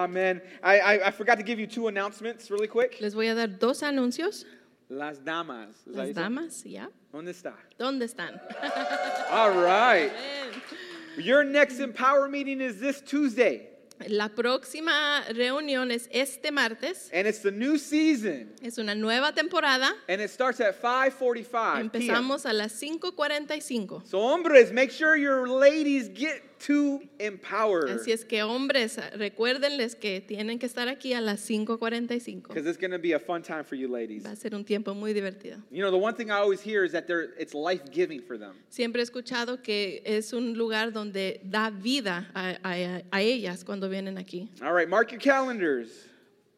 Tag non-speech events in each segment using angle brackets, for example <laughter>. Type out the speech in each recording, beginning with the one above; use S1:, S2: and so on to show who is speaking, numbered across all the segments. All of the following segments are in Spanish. S1: Amen. I, I, I forgot to give you two announcements really quick.
S2: Les voy a dar dos anuncios.
S1: Las damas. Is that how you
S2: Las
S1: say it?
S2: damas, ¿ya?
S1: ¿Dónde está?
S2: ¿Dónde están? <laughs>
S1: All right. Your next Empower meeting is this Tuesday,
S2: La próxima reunión es este martes.
S1: and it's the new season,
S2: Es una nueva temporada.
S1: and it starts at 5:45 p.m.
S2: Empezamos a las 5.45.
S1: So, hombres, make sure your ladies get to Empower,
S2: Así es que hombres, recuérdenles que tienen que estar aquí a las 5.45.
S1: because it's going to be a fun time for you, ladies.
S2: Va a ser un tiempo muy divertido.
S1: You know, the one thing I always hear is that they're, it's life-giving for them.
S2: Siempre he escuchado que es un lugar donde da vida a, a- a ellas cuando vienen aquí.
S1: All right, mark your calendars.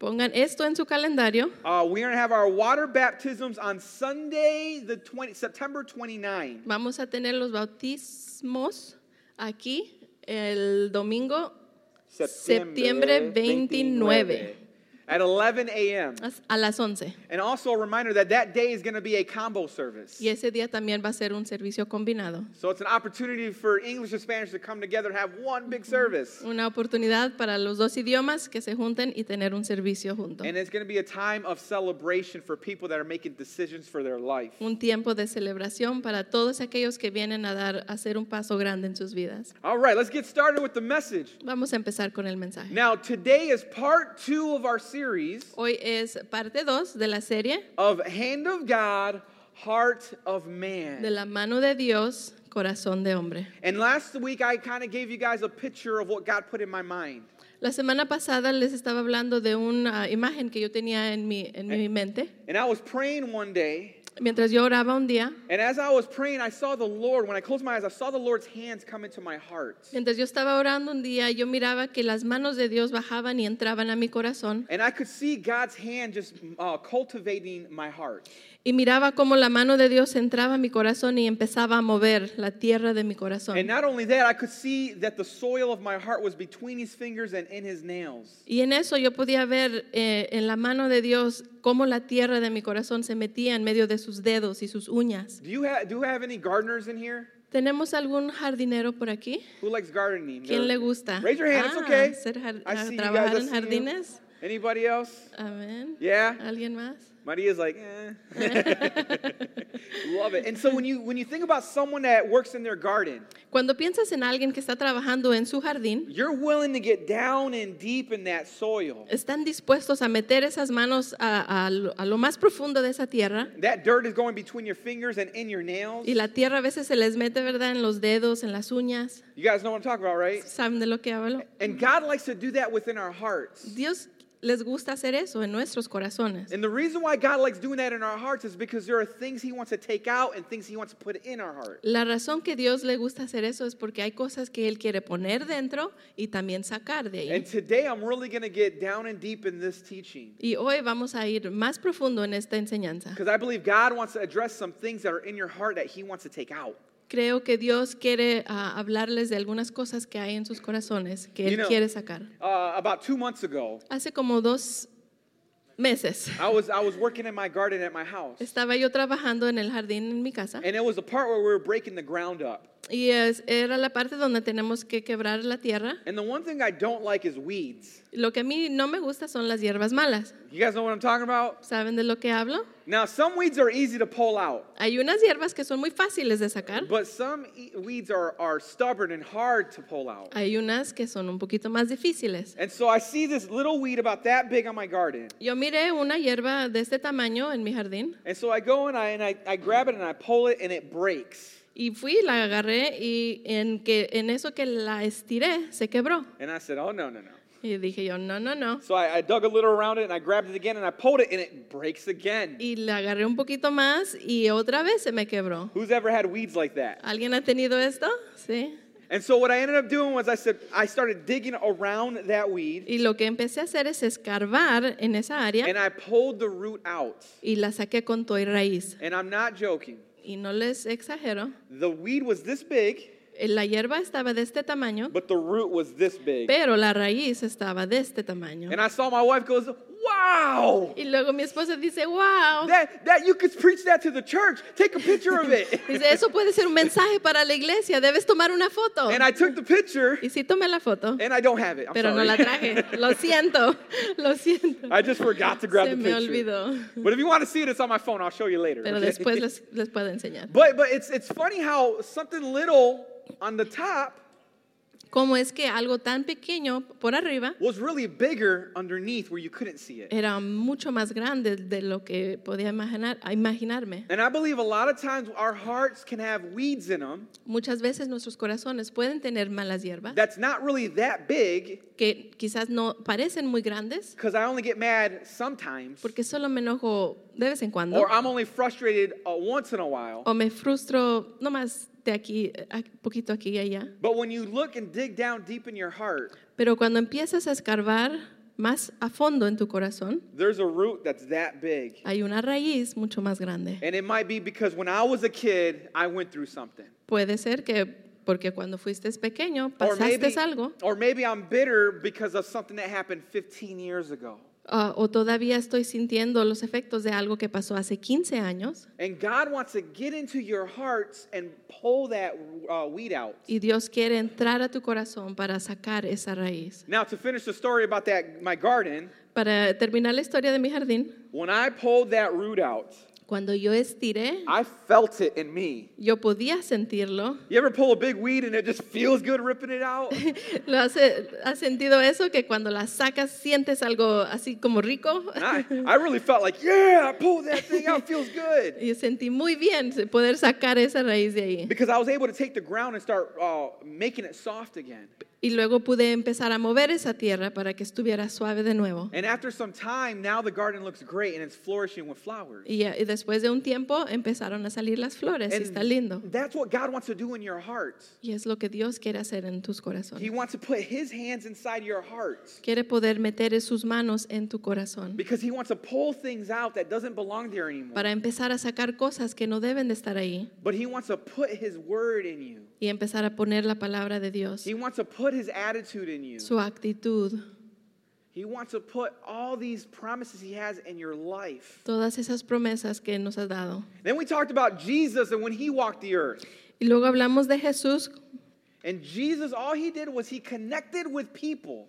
S2: Pongan esto en su calendario.
S1: Uh, we're going to have our water baptisms on Sunday, the 20, September 29.
S2: Vamos a tener los bautismos aquí el domingo Septiembre 29.
S1: At 11 a.m.
S2: a las 11.
S1: And also a reminder that that day is going to be a combo service.
S2: Y ese día también va a ser un servicio combinado.
S1: So it's an opportunity for English and Spanish to come together and have one big service.
S2: Una oportunidad para los dos idiomas que se junten y tener un servicio juntos.
S1: And it's going to be a time of celebration for people that are making decisions for their life.
S2: Un tiempo de celebración para todos aquellos que vienen a dar a hacer un paso grande en sus vidas.
S1: All right, let's get started with the message.
S2: Vamos a empezar con el mensaje.
S1: Now, today is part two of our series
S2: Hoy es parte 2 de la serie
S1: of Hand of God, Heart of Man.
S2: de la mano de Dios, corazón de hombre.
S1: And last week, I kind of gave you guys a picture of what God put in my mind.
S2: La semana pasada les estaba hablando de una imagen que yo tenía en mi, en mi mente.
S1: And I was praying one day,
S2: Mientras yo oraba un día,
S1: and as I was praying, I saw the Lord. When I closed my eyes, I saw the Lord's hands come into my heart.
S2: mientras yo estaba orando un día, yo miraba que las manos de Dios bajaban y entraban a mi corazón
S1: And I could see God's hand just uh, cultivating my heart.
S2: y miraba cómo la mano de Dios entraba a mi corazón y empezaba a mover la tierra de mi
S1: And
S2: corazón.
S1: not only that, I could see that the soil of my heart was between his fingers and in his nails.
S2: Y en eso yo podía ver eh, en la mano de Dios cómo la tierra de mi corazón se metía en medio de sus dedos y sus uñas.
S1: Do you have, do you have any gardeners in here?
S2: ¿Tenemos algún jardinero por aquí?
S1: Who likes gardening?
S2: ¿Quién
S1: There-
S2: le gusta?
S1: Raise your hand, it's
S2: Ah,
S1: okay.
S2: ser jar-
S1: I
S2: ah,
S1: see you
S2: trabajar
S1: guys, I
S2: en
S1: see you.
S2: jardines.
S1: Anybody else?
S2: Amén.
S1: Yeah?
S2: ¿Alguien más?
S1: Maria's like, eh. <laughs> Love it. And so when you when you think about someone that works in their garden,
S2: Cuando piensas en alguien que está trabajando en su jardín,
S1: you're willing to get down and deep in that soil.
S2: están dispuestos a meter esas manos a, a lo- a lo más profundo de esa tierra.
S1: That dirt is going between your fingers and in your nails.
S2: Y la tierra a veces se les mete, ¿verdad? En los dedos, en las uñas.
S1: You guys know what I'm talking about, right?
S2: ¿Saben de lo que hablo?
S1: And God likes to do that within our hearts.
S2: Dios les gusta hacer eso en nuestros corazones.
S1: And the reason why God likes doing that in our hearts is because there are things He wants to take out and things He wants to put in our heart.
S2: La razón que Dios le gusta hacer eso es porque hay cosas que Él quiere poner dentro y también sacar de ahí.
S1: And today I'm really going to get down and deep in this teaching
S2: Y hoy vamos a ir más profundo en esta enseñanza.
S1: because I believe God wants to address some things that are in your heart that He wants to take out.
S2: Creo que Dios quiere ah, hablarles de algunas cosas que hay en sus corazones que
S1: You
S2: Él
S1: know-
S2: quiere sacar.
S1: Uh, about two months ago,
S2: Hace como dos meses
S1: I was I was working in my garden at my house,
S2: estaba yo trabajando en el jardín en mi casa
S1: and it was a part where we were breaking the ground up.
S2: y es- era la parte donde tenemos que quebrar la tierra.
S1: And the one thing I don't like is weeds.
S2: Lo que a mí no me gusta son las hierbas malas.
S1: You guys know what I'm talking about?
S2: ¿Saben de lo que hablo?
S1: Now, some weeds are easy to pull out,
S2: Hay unas hierbas que son muy fáciles de sacar.
S1: but some e- weeds are, are stubborn and hard to pull out.
S2: Hay unas que son un poquito más difíciles.
S1: And so I see this little weed about that big on my garden.
S2: Yo miré una hierba de este tamaño en mi jardín
S1: And so I go and I, and I, I grab it and I pull it and it breaks.
S2: y fui, la agarré y en, que, en eso que la estiré se quebró.
S1: And I said, oh, no, no, no.
S2: Y dije yo, no, no, no.
S1: So I, I dug a little around it and I grabbed it again and I pulled it and it breaks again.
S2: Y la agarré un poquito más y otra vez se me quebró.
S1: Who's ever had weeds like that?
S2: ¿Alguien ha tenido esto? Sí.
S1: And so what I ended up doing was I said, I started digging around that weed
S2: Y lo que empecé a hacer es escarbar en esa área
S1: and I pulled the root out.
S2: y la saqué con todo y raíz.
S1: And I'm not joking.
S2: Y no les exagero, eh,
S1: The weed was this big,
S2: la hierba estaba de este tamaño,
S1: but the root was this big.
S2: pero la raíz estaba de este tamaño.
S1: And I saw my wife goes, "Wow, wow.
S2: Y luego mi esposa dice, wow.
S1: That, that you could preach that to the church. Take a picture of
S2: <laughs>
S1: it.
S2: Dice, eso puede ser un mensaje para la iglesia, debes tomar una foto.
S1: and I took the picture
S2: Y sí tomé la foto,
S1: and I don't have it. Eh, I'm
S2: pero no
S1: sorry.
S2: la traje. Lo siento, <laughs> lo siento.
S1: I just forgot to grab
S2: Se
S1: the
S2: me
S1: picture.
S2: olvidó.
S1: But if you want to see it, it's on my phone. I'll show you later.
S2: Pero
S1: okay?
S2: después les, les puedo
S1: <laughs>
S2: enseñar.
S1: But but it's it's funny how something little on the top
S2: Cómo es que algo tan pequeño por arriba
S1: was really bigger underneath where you couldn't see it.
S2: era mucho más grande de lo que podía imaginar, a imaginarme.
S1: And I believe a lot of times our hearts can have weeds in them
S2: Muchas veces nuestros corazones pueden tener malas hierbas
S1: that's not really that big
S2: que quizás no parecen muy grandes
S1: because I only get mad sometimes
S2: porque solo me enojo de vez en cuando
S1: or I'm only frustrated uh, once in a while.
S2: o me frustro nomás de aquí, a- poquito aquí y allá.
S1: But when you look and dig down deep in your heart,
S2: Pero cuando empiezas a escarbar más a fondo en tu corazón,
S1: there's a root that's that big.
S2: hay una raíz mucho más grande.
S1: And it might be because when I was a kid, I went through something.
S2: Puede ser que porque cuando fuiste pequeño
S1: Or
S2: pasaste
S1: maybe,
S2: algo
S1: or maybe I'm bitter because of something that happened 15 years ago.
S2: ah, o todavía estoy sintiendo los efectos de algo que pasó hace 15 años
S1: And God wants to get into your hearts and pull that uh, weed out.
S2: y Dios quiere entrar a tu corazón para sacar esa raíz.
S1: Now, to finish the story about that, my garden,
S2: Para terminar la historia de mi jardín,
S1: when I pulled that root out,
S2: cuando yo estiré,
S1: I felt it in me.
S2: yo podía sentirlo. <laughs>
S1: You ever pull a big weed and it just feels good ripping it out?
S2: ¿Lo hace- ¿Has sentido eso? Que cuando la sacas sientes algo así como rico.
S1: And I, I really felt like, yeah, I pulled that thing out, it feels good.
S2: <laughs> Y sentí muy bien poder sacar esa raíz de ahí.
S1: Because I was able to take the ground and start uh, making it soft again.
S2: Y luego pude empezar a mover esa tierra para que estuviera suave de nuevo.
S1: And after some time, now the garden looks great and it's flourishing with flowers.
S2: Y, eh, y después de un tiempo empezaron a salir las flores y
S1: And
S2: está lindo.
S1: That's what God wants to do in your heart.
S2: Y es lo que Dios quiere hacer en tus
S1: He
S2: corazones.
S1: wants to put his hands inside your heart
S2: Quiere poder meter sus manos en tu corazón
S1: because he wants to pull things out that doesn't belong there anymore.
S2: para empezar a sacar cosas que no deben de estar ahí
S1: But he wants to put his word in you.
S2: y empezar a poner la palabra de Dios,
S1: He wants to put his attitude in you.
S2: su actitud,
S1: He wants to put all these promises he has in your life.
S2: todas esas promesas que nos has dado.
S1: Then we talked about Jesus and when he walked the earth.
S2: Y luego hablamos de Jesús
S1: And Jesus, all he did was he connected with people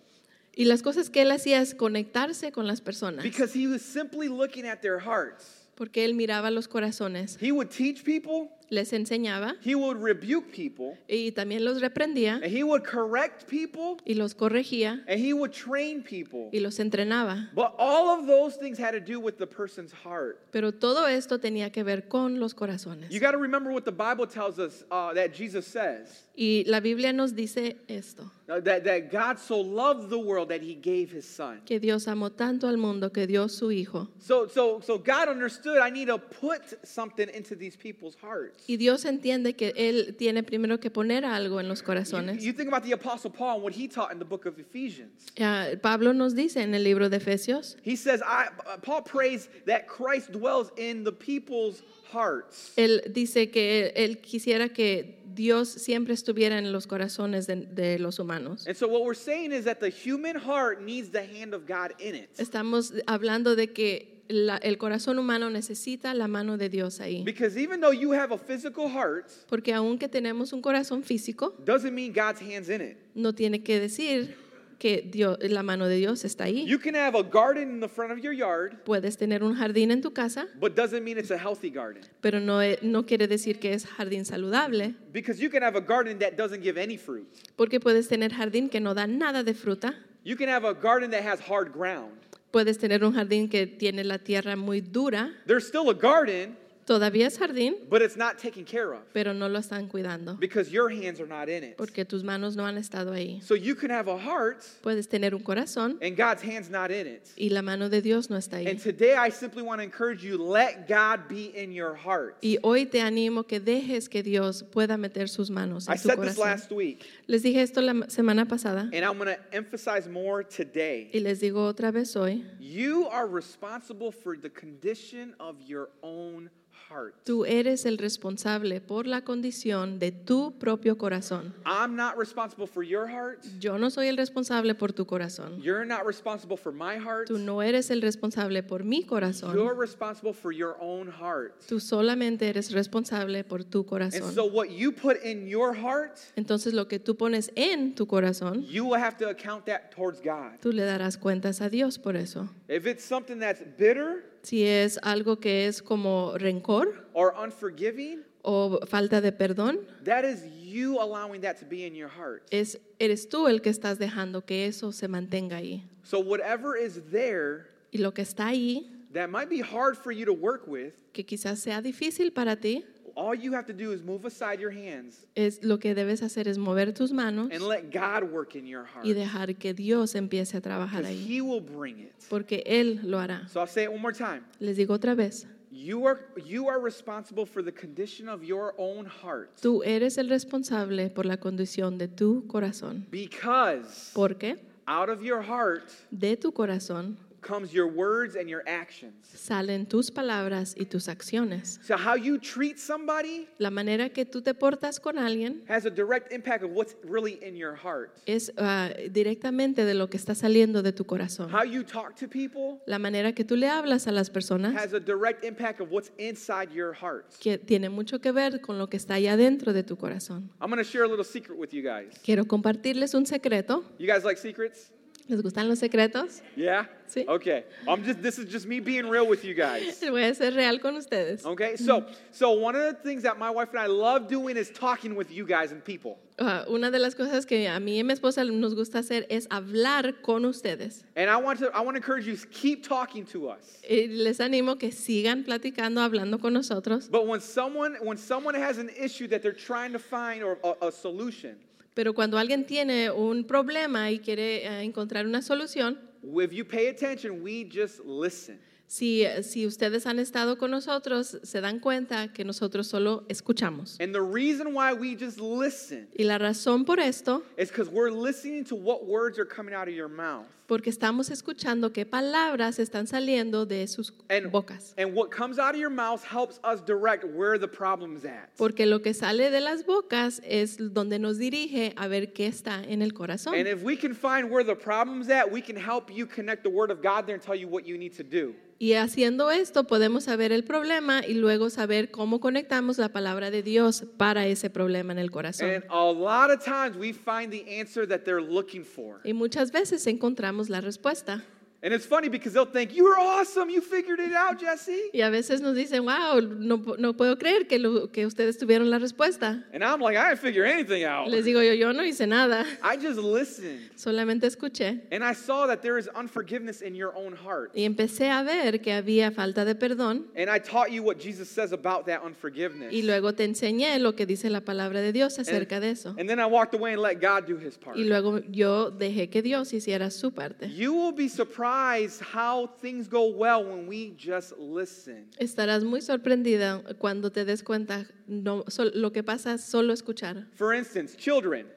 S2: y las cosas que él hacía es conectarse con las personas,
S1: because he was simply looking at their hearts.
S2: porque él miraba los corazones,
S1: He would teach people,
S2: les enseñaba
S1: he would rebuke people,
S2: y también los reprendía
S1: and he would correct people,
S2: y los corregía
S1: and he would train people.
S2: y los entrenaba.
S1: But all of those things had to do with the person's heart.
S2: Pero todo esto tenía que ver con los corazones.
S1: You got to remember what the Bible tells us uh, that Jesus says
S2: Y la Biblia nos dice esto,
S1: uh, that, that God so loved the world that he gave his son.
S2: que Dios amó tanto al mundo que dio su Hijo.
S1: So, so, so God understood I need to put something into these people's hearts.
S2: Y Dios entiende que Él tiene primero que poner algo en los
S1: You,
S2: corazones.
S1: you think about the Apostle Paul and what he taught in the book of Ephesians.
S2: Ah, Pablo nos dice en el libro de Efesios,
S1: He says, I, uh, Paul prays that Christ dwells in the people's hearts.
S2: Él dice que Él quisiera que Dios siempre estuviera en los corazones de, de los humanos.
S1: And so what we're saying is that the human heart needs the hand of God in it.
S2: Estamos hablando de que la- el corazón humano necesita la mano de Dios ahí.
S1: Because even though you have a physical heart,
S2: Porque aunque tenemos un corazón físico,
S1: doesn't mean God's hands in it.
S2: no tiene que decir que Dios, la mano de Dios está ahí.
S1: You can have a garden in the front of your yard,
S2: Puedes tener un jardín en tu casa,
S1: but doesn't mean it's a healthy garden.
S2: pero no, e- no quiere decir que es jardín saludable,
S1: Because you can have a garden that doesn't give any fruit.
S2: porque puedes tener jardín que no da nada de fruta,
S1: You can have a garden that has hard ground.
S2: puedes tener un jardín que tiene la tierra muy dura,
S1: There's still a garden,
S2: todavía es jardín,
S1: but it's not taken care of
S2: pero no lo están cuidando,
S1: because your hands are not in it.
S2: porque tus manos no han estado ahí.
S1: So you can have a heart
S2: Puedes tener un corazón
S1: and God's hands not in it.
S2: y la mano de Dios no está
S1: And
S2: ahí.
S1: today I simply want to encourage you let God be in your heart.
S2: Y hoy te animo que dejes que Dios pueda meter sus manos
S1: I
S2: en tu
S1: said this
S2: corazón.
S1: last week,
S2: Les dije esto la ma- semana pasada.
S1: and I'm going to emphasize more today.
S2: Y les digo otra vez hoy,
S1: You are responsible for the condition of your own heart.
S2: Tú eres el responsable por la condición de tu propio corazón.
S1: I'm not responsible for your heart.
S2: Yo no soy el responsable por tu corazón.
S1: You're not responsible for my heart.
S2: Tú no eres el responsable por mi corazón.
S1: You're responsible for your own heart.
S2: Tú solamente eres responsable por tu
S1: And
S2: corazón.
S1: so, what you put in your heart,
S2: Entonces lo que tú pones en tu corazón,
S1: you will have to account that towards God.
S2: tú le darás cuentas a Dios por eso.
S1: If it's something that's bitter
S2: Si es algo que es como rencor
S1: or unforgiving,
S2: o falta de perdón,
S1: that is you allowing that to be in your heart.
S2: es, eres tú el que estás dejando que eso se mantenga ahí.
S1: So, whatever is there
S2: Y lo que está ahí,
S1: that might be hard for you to work with,
S2: que quizás sea difícil para ti,
S1: all you have to do is move aside your hands
S2: es lo que debes hacer es mover tus manos
S1: and let God work in your heart.
S2: y dejar que Dios empiece a trabajar
S1: Because
S2: ahí,
S1: He will bring it.
S2: porque Él lo hará.
S1: So, I'll say it one more time.
S2: Les digo otra vez,
S1: You are, you are responsible for the condition of your own heart
S2: tú eres el responsable por la condición de tu corazón,
S1: because
S2: porque
S1: out of your heart
S2: de tu corazón
S1: comes your words and your actions.
S2: salen tus palabras y tus acciones.
S1: So, how you treat somebody
S2: La manera que tú te portas con alguien
S1: has a direct impact of what's really in your heart.
S2: es ah, directamente de lo que está saliendo de tu corazón.
S1: How you talk to people
S2: La manera que tú le hablas a las personas
S1: has a direct impact of what's inside your heart.
S2: que tiene mucho que ver con lo que está allá adentro de tu corazón.
S1: I'm gonna share a little secret with you guys.
S2: Quiero compartirles un secreto.
S1: You guys like secrets?
S2: ¿Les gustan los secretos? <laughs>
S1: Yeah?
S2: Sí.
S1: Okay. I'm just this is just me being real with you guys.
S2: Voy a ser real con ustedes.
S1: Okay? So so one of the things that my wife and I love doing is talking with you guys and people.
S2: Ah, una de las cosas que a mí y mi esposa nos gusta hacer es hablar con ustedes.
S1: And I want to I want to encourage you keep talking to us.
S2: Y les animo que sigan platicando, hablando con nosotros.
S1: But when someone when someone has an issue that they're trying to find or a, a solution,
S2: Pero cuando alguien tiene un problema y quiere eh, encontrar una solución,
S1: if you pay attention, we just listen.
S2: si, si ustedes han estado con nosotros, se dan cuenta que nosotros solo escuchamos.
S1: And the reason why we just listen
S2: Y la razón por esto,
S1: is because we're listening to what words are coming out of your mouth.
S2: porque estamos escuchando qué palabras están saliendo de sus
S1: And,
S2: bocas.
S1: and what comes out of your mouth helps us direct where the problem's at.
S2: Porque lo que sale de las bocas es donde nos dirige a ver qué está en el corazón.
S1: And if we can find where the problem's at, we can help you connect the word of God there and tell you what you need to do.
S2: Y haciendo esto podemos saber el problema y luego saber cómo conectamos la palabra de Dios para ese problema en el corazón.
S1: And a lot of times we find the answer that they're looking for.
S2: Y muchas veces encontramos la respuesta.
S1: And it's funny because they'll think, You were awesome. You figured it out, Jesse.
S2: Y a veces nos dicen, wow, no, pu- no puedo creer que, lo- que ustedes tuvieron la respuesta.
S1: And I'm like, I didn't figure anything out.
S2: Les digo yo, yo no hice nada,
S1: I just listened.
S2: solamente escuché.
S1: And I saw that there is unforgiveness in your own heart.
S2: Y empecé a ver que había falta de perdón
S1: And I taught you what Jesus says about that unforgiveness.
S2: y luego te enseñé lo que dice la palabra de Dios acerca de eso.
S1: And then I walked away and let God do his part.
S2: Y luego yo dejé que Dios hiciera su parte.
S1: You will be surprised how things go well when we just listen.
S2: Estarás muy sorprendida cuando te des cuenta no, sol- lo que pasa es solo escuchar.
S1: For instance, children,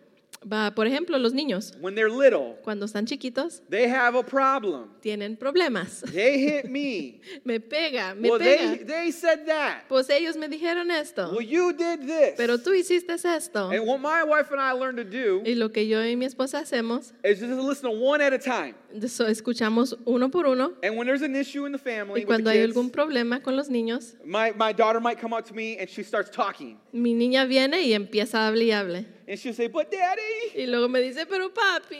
S2: Va, por ejemplo, los niños,
S1: when they're little,
S2: cuando están chiquitos,
S1: they have a problem.
S2: tienen problemas. <laughs>
S1: They hit me.
S2: Me pega, <laughs> me
S1: well,
S2: pega.
S1: they, they said that.
S2: Pues ellos me dijeron esto,
S1: Well, you did this.
S2: pero tú hiciste esto.
S1: And what my wife and I learned to do
S2: Y lo que yo y mi esposa hacemos,
S1: is just listen to one at a time.
S2: so, escuchamos uno por uno.
S1: And when there's an issue in the family,
S2: Y
S1: with
S2: cuando
S1: the
S2: hay
S1: kids,
S2: algún problema con los niños,
S1: my, my daughter might come up to me and she starts talking.
S2: mi niña viene y empieza a hablar y hable.
S1: And she'll say, But daddy.
S2: Y luego me dice, pero papi,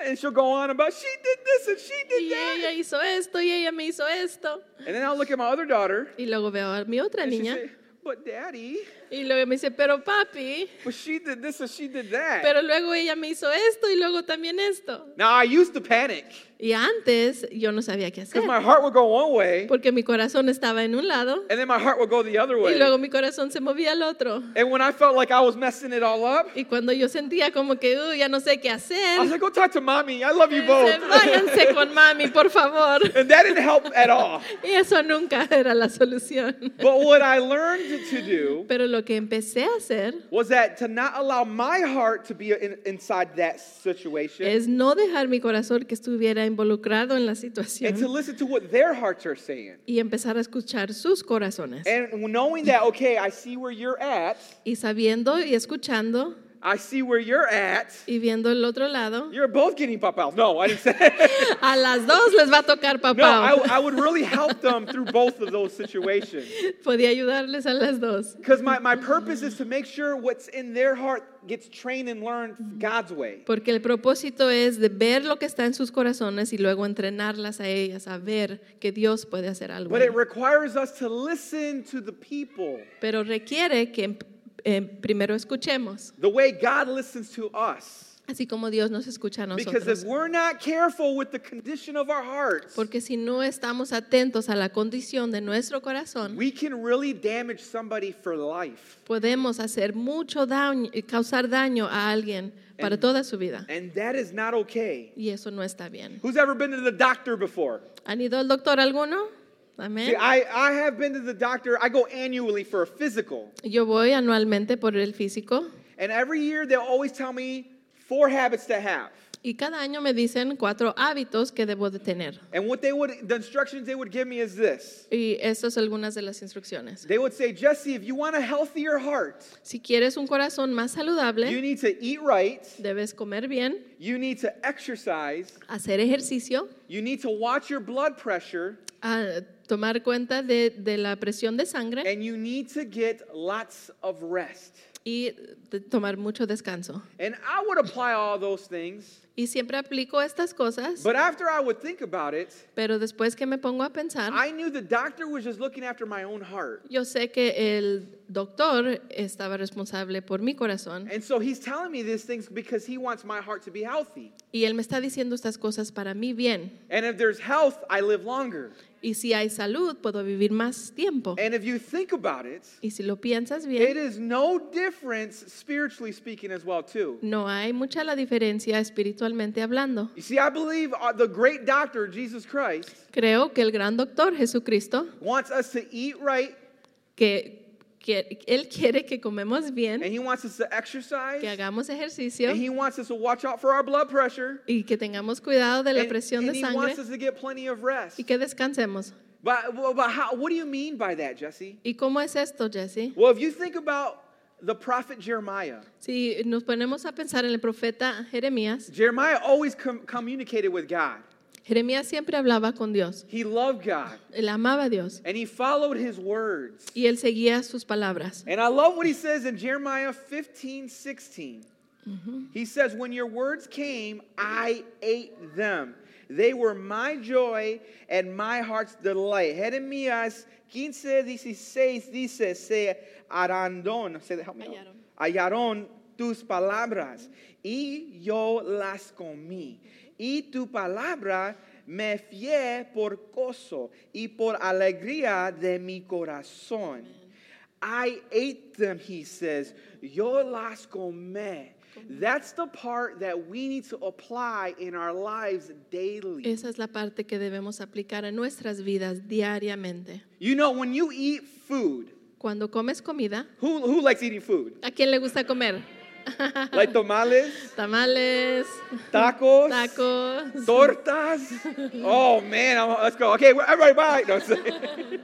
S1: And, and she'll go on about, She did this and she
S2: y
S1: did that.
S2: ella hizo esto y ella me hizo esto.
S1: And then I'll look at my other daughter.
S2: Y luego veo a mi otra
S1: And she
S2: niña
S1: say, but daddy,
S2: y luego me dice, pero papi,
S1: but she did this and she did that.
S2: pero luego ella me hizo esto y luego también esto.
S1: now I used to panic
S2: Y antes yo no sabía qué hacer
S1: because my heart would go one way
S2: porque mi corazón estaba en un lado
S1: and then my heart would go the other
S2: Y
S1: way.
S2: luego mi corazón se movía al otro.
S1: and when I felt like I was messing it all up,
S2: Y cuando yo sentía como que, "Uy, ya no sé qué
S1: I was
S2: hacer,
S1: like, go talk to mommy. I love you
S2: dice,
S1: both.
S2: váyanse con mami, por favor.
S1: <laughs> and that didn't help at all.
S2: Y eso nunca <laughs> era la solución.
S1: But what I learned to do
S2: Pero lo que empecé a hacer
S1: was that to not allow my heart to be in, inside that situation,
S2: es no dejar mi corazón que estuviera involucrado en la
S1: and to
S2: situación
S1: listen to what their hearts are saying.
S2: y empezar a escuchar sus corazones.
S1: And knowing that, okay, I see where you're at,
S2: Y sabiendo y escuchando
S1: I see where you're at,
S2: y viendo el otro lado,
S1: you're both getting papaos. No, I didn't
S2: <laughs>
S1: say
S2: a las dos les va a tocar
S1: No,
S2: papá.
S1: I, I would really help them through both of those situations.
S2: <laughs> Podía ayudarles a las dos.
S1: Because my, my purpose is to make sure what's in their heart gets trained and learned God's way.
S2: Porque el propósito es de ver lo que está en sus corazones y luego entrenarlas a ellas a ver que Dios puede hacer algo.
S1: But it requires us to listen to the people
S2: Pero requiere que eh, primero escuchemos,
S1: the way God listens to us.
S2: así como Dios nos escucha a
S1: Because if
S2: nosotros.
S1: we're not careful with the condition of our hearts,
S2: Porque si no estamos atentos a la condición de nuestro corazón,
S1: we can really damage somebody for life.
S2: podemos hacer mucho daño, y causar daño a alguien para toda su vida.
S1: And that is not okay.
S2: Y eso no está bien.
S1: Who's ever been to the doctor before?
S2: ¿Han ido al doctor alguno?
S1: See,
S2: Amén.
S1: I, I have been to the doctor. I go annually for a physical.
S2: Yo voy anualmente por el físico
S1: And every year they always tell me four habits to have.
S2: y cada año me dicen cuatro hábitos que debo de tener.
S1: And what they would, the instructions they would give me is this.
S2: Y estas son algunas de las instrucciones.
S1: They would say, Jesse, if you want a healthier heart,
S2: Si quieres un corazón más
S1: you
S2: saludable,
S1: need to eat right,
S2: debes comer bien,
S1: you need to exercise,
S2: hacer ejercicio,
S1: you need to watch your blood pressure,
S2: a tomar cuenta de, de la presión de sangre
S1: and you need to get lots of rest.
S2: y de tomar mucho descanso.
S1: And I would apply all those things,
S2: Y siempre aplico estas cosas,
S1: but after I would think about it,
S2: pero después que me pongo a pensar,
S1: I knew the doctor was just looking after my own heart.
S2: yo sé que el doctor estaba responsable por mi corazón
S1: And so he's telling me these things because he wants my heart to be healthy.
S2: y él me está diciendo estas cosas para mi bien.
S1: And if there's health, I live longer.
S2: Y si hay salud, puedo vivir más tiempo.
S1: And if you think about it,
S2: Y si lo piensas
S1: it
S2: bien,
S1: is no difference spiritually speaking as well too.
S2: no hay mucha la diferencia espiritualmente hablando.
S1: You see, I believe uh, the great doctor Jesus Christ
S2: Creo que el gran doctor Jesucristo,
S1: wants us to eat right,
S2: que, que él quiere que comemos
S1: and
S2: bien,
S1: he wants us to exercise,
S2: que hagamos ejercicio
S1: and he wants us to watch out for our blood pressure,
S2: y que tengamos cuidado de la
S1: and,
S2: presión
S1: and
S2: de
S1: he wants
S2: sangre
S1: us to get plenty of rest.
S2: y que descansemos.
S1: But, well, but how, what do you mean by that, Jesse?
S2: ¿Y cómo es esto, Jesse?
S1: Well, if you think about the prophet Jeremiah,
S2: Si nos ponemos a pensar en el profeta Jeremías,
S1: Jeremiah always com- communicated with God.
S2: Jeremías siempre hablaba con Dios,
S1: He loved God
S2: él amaba a Dios
S1: and he followed his words.
S2: y él seguía sus palabras.
S1: And I love what he says in Jeremiah 15, 16. He says, When your words came, I ate them. They were my joy and my heart's delight. Jeremías 15, 16 dice, Se arandón, se, help me out.
S2: Hallaron.
S1: hallaron tus palabras y yo las comí. Y tu palabra me fié por gozo y por alegría de mi corazón. I ate them, he says. Yo las comé. That's the part that we need to apply in our lives daily.
S2: Esa es la parte que debemos aplicar a nuestras vidas diariamente.
S1: You know, when you eat food,
S2: Cuando comes comida,
S1: who, who likes eating food?
S2: ¿a quién le gusta comer? <laughs>
S1: Like tamales,
S2: Tamales,
S1: tacos,
S2: tacos.
S1: tortas. Oh man, I'm, let's go. Okay, well, everybody, bye. No, I'm
S2: <laughs>
S1: sorry.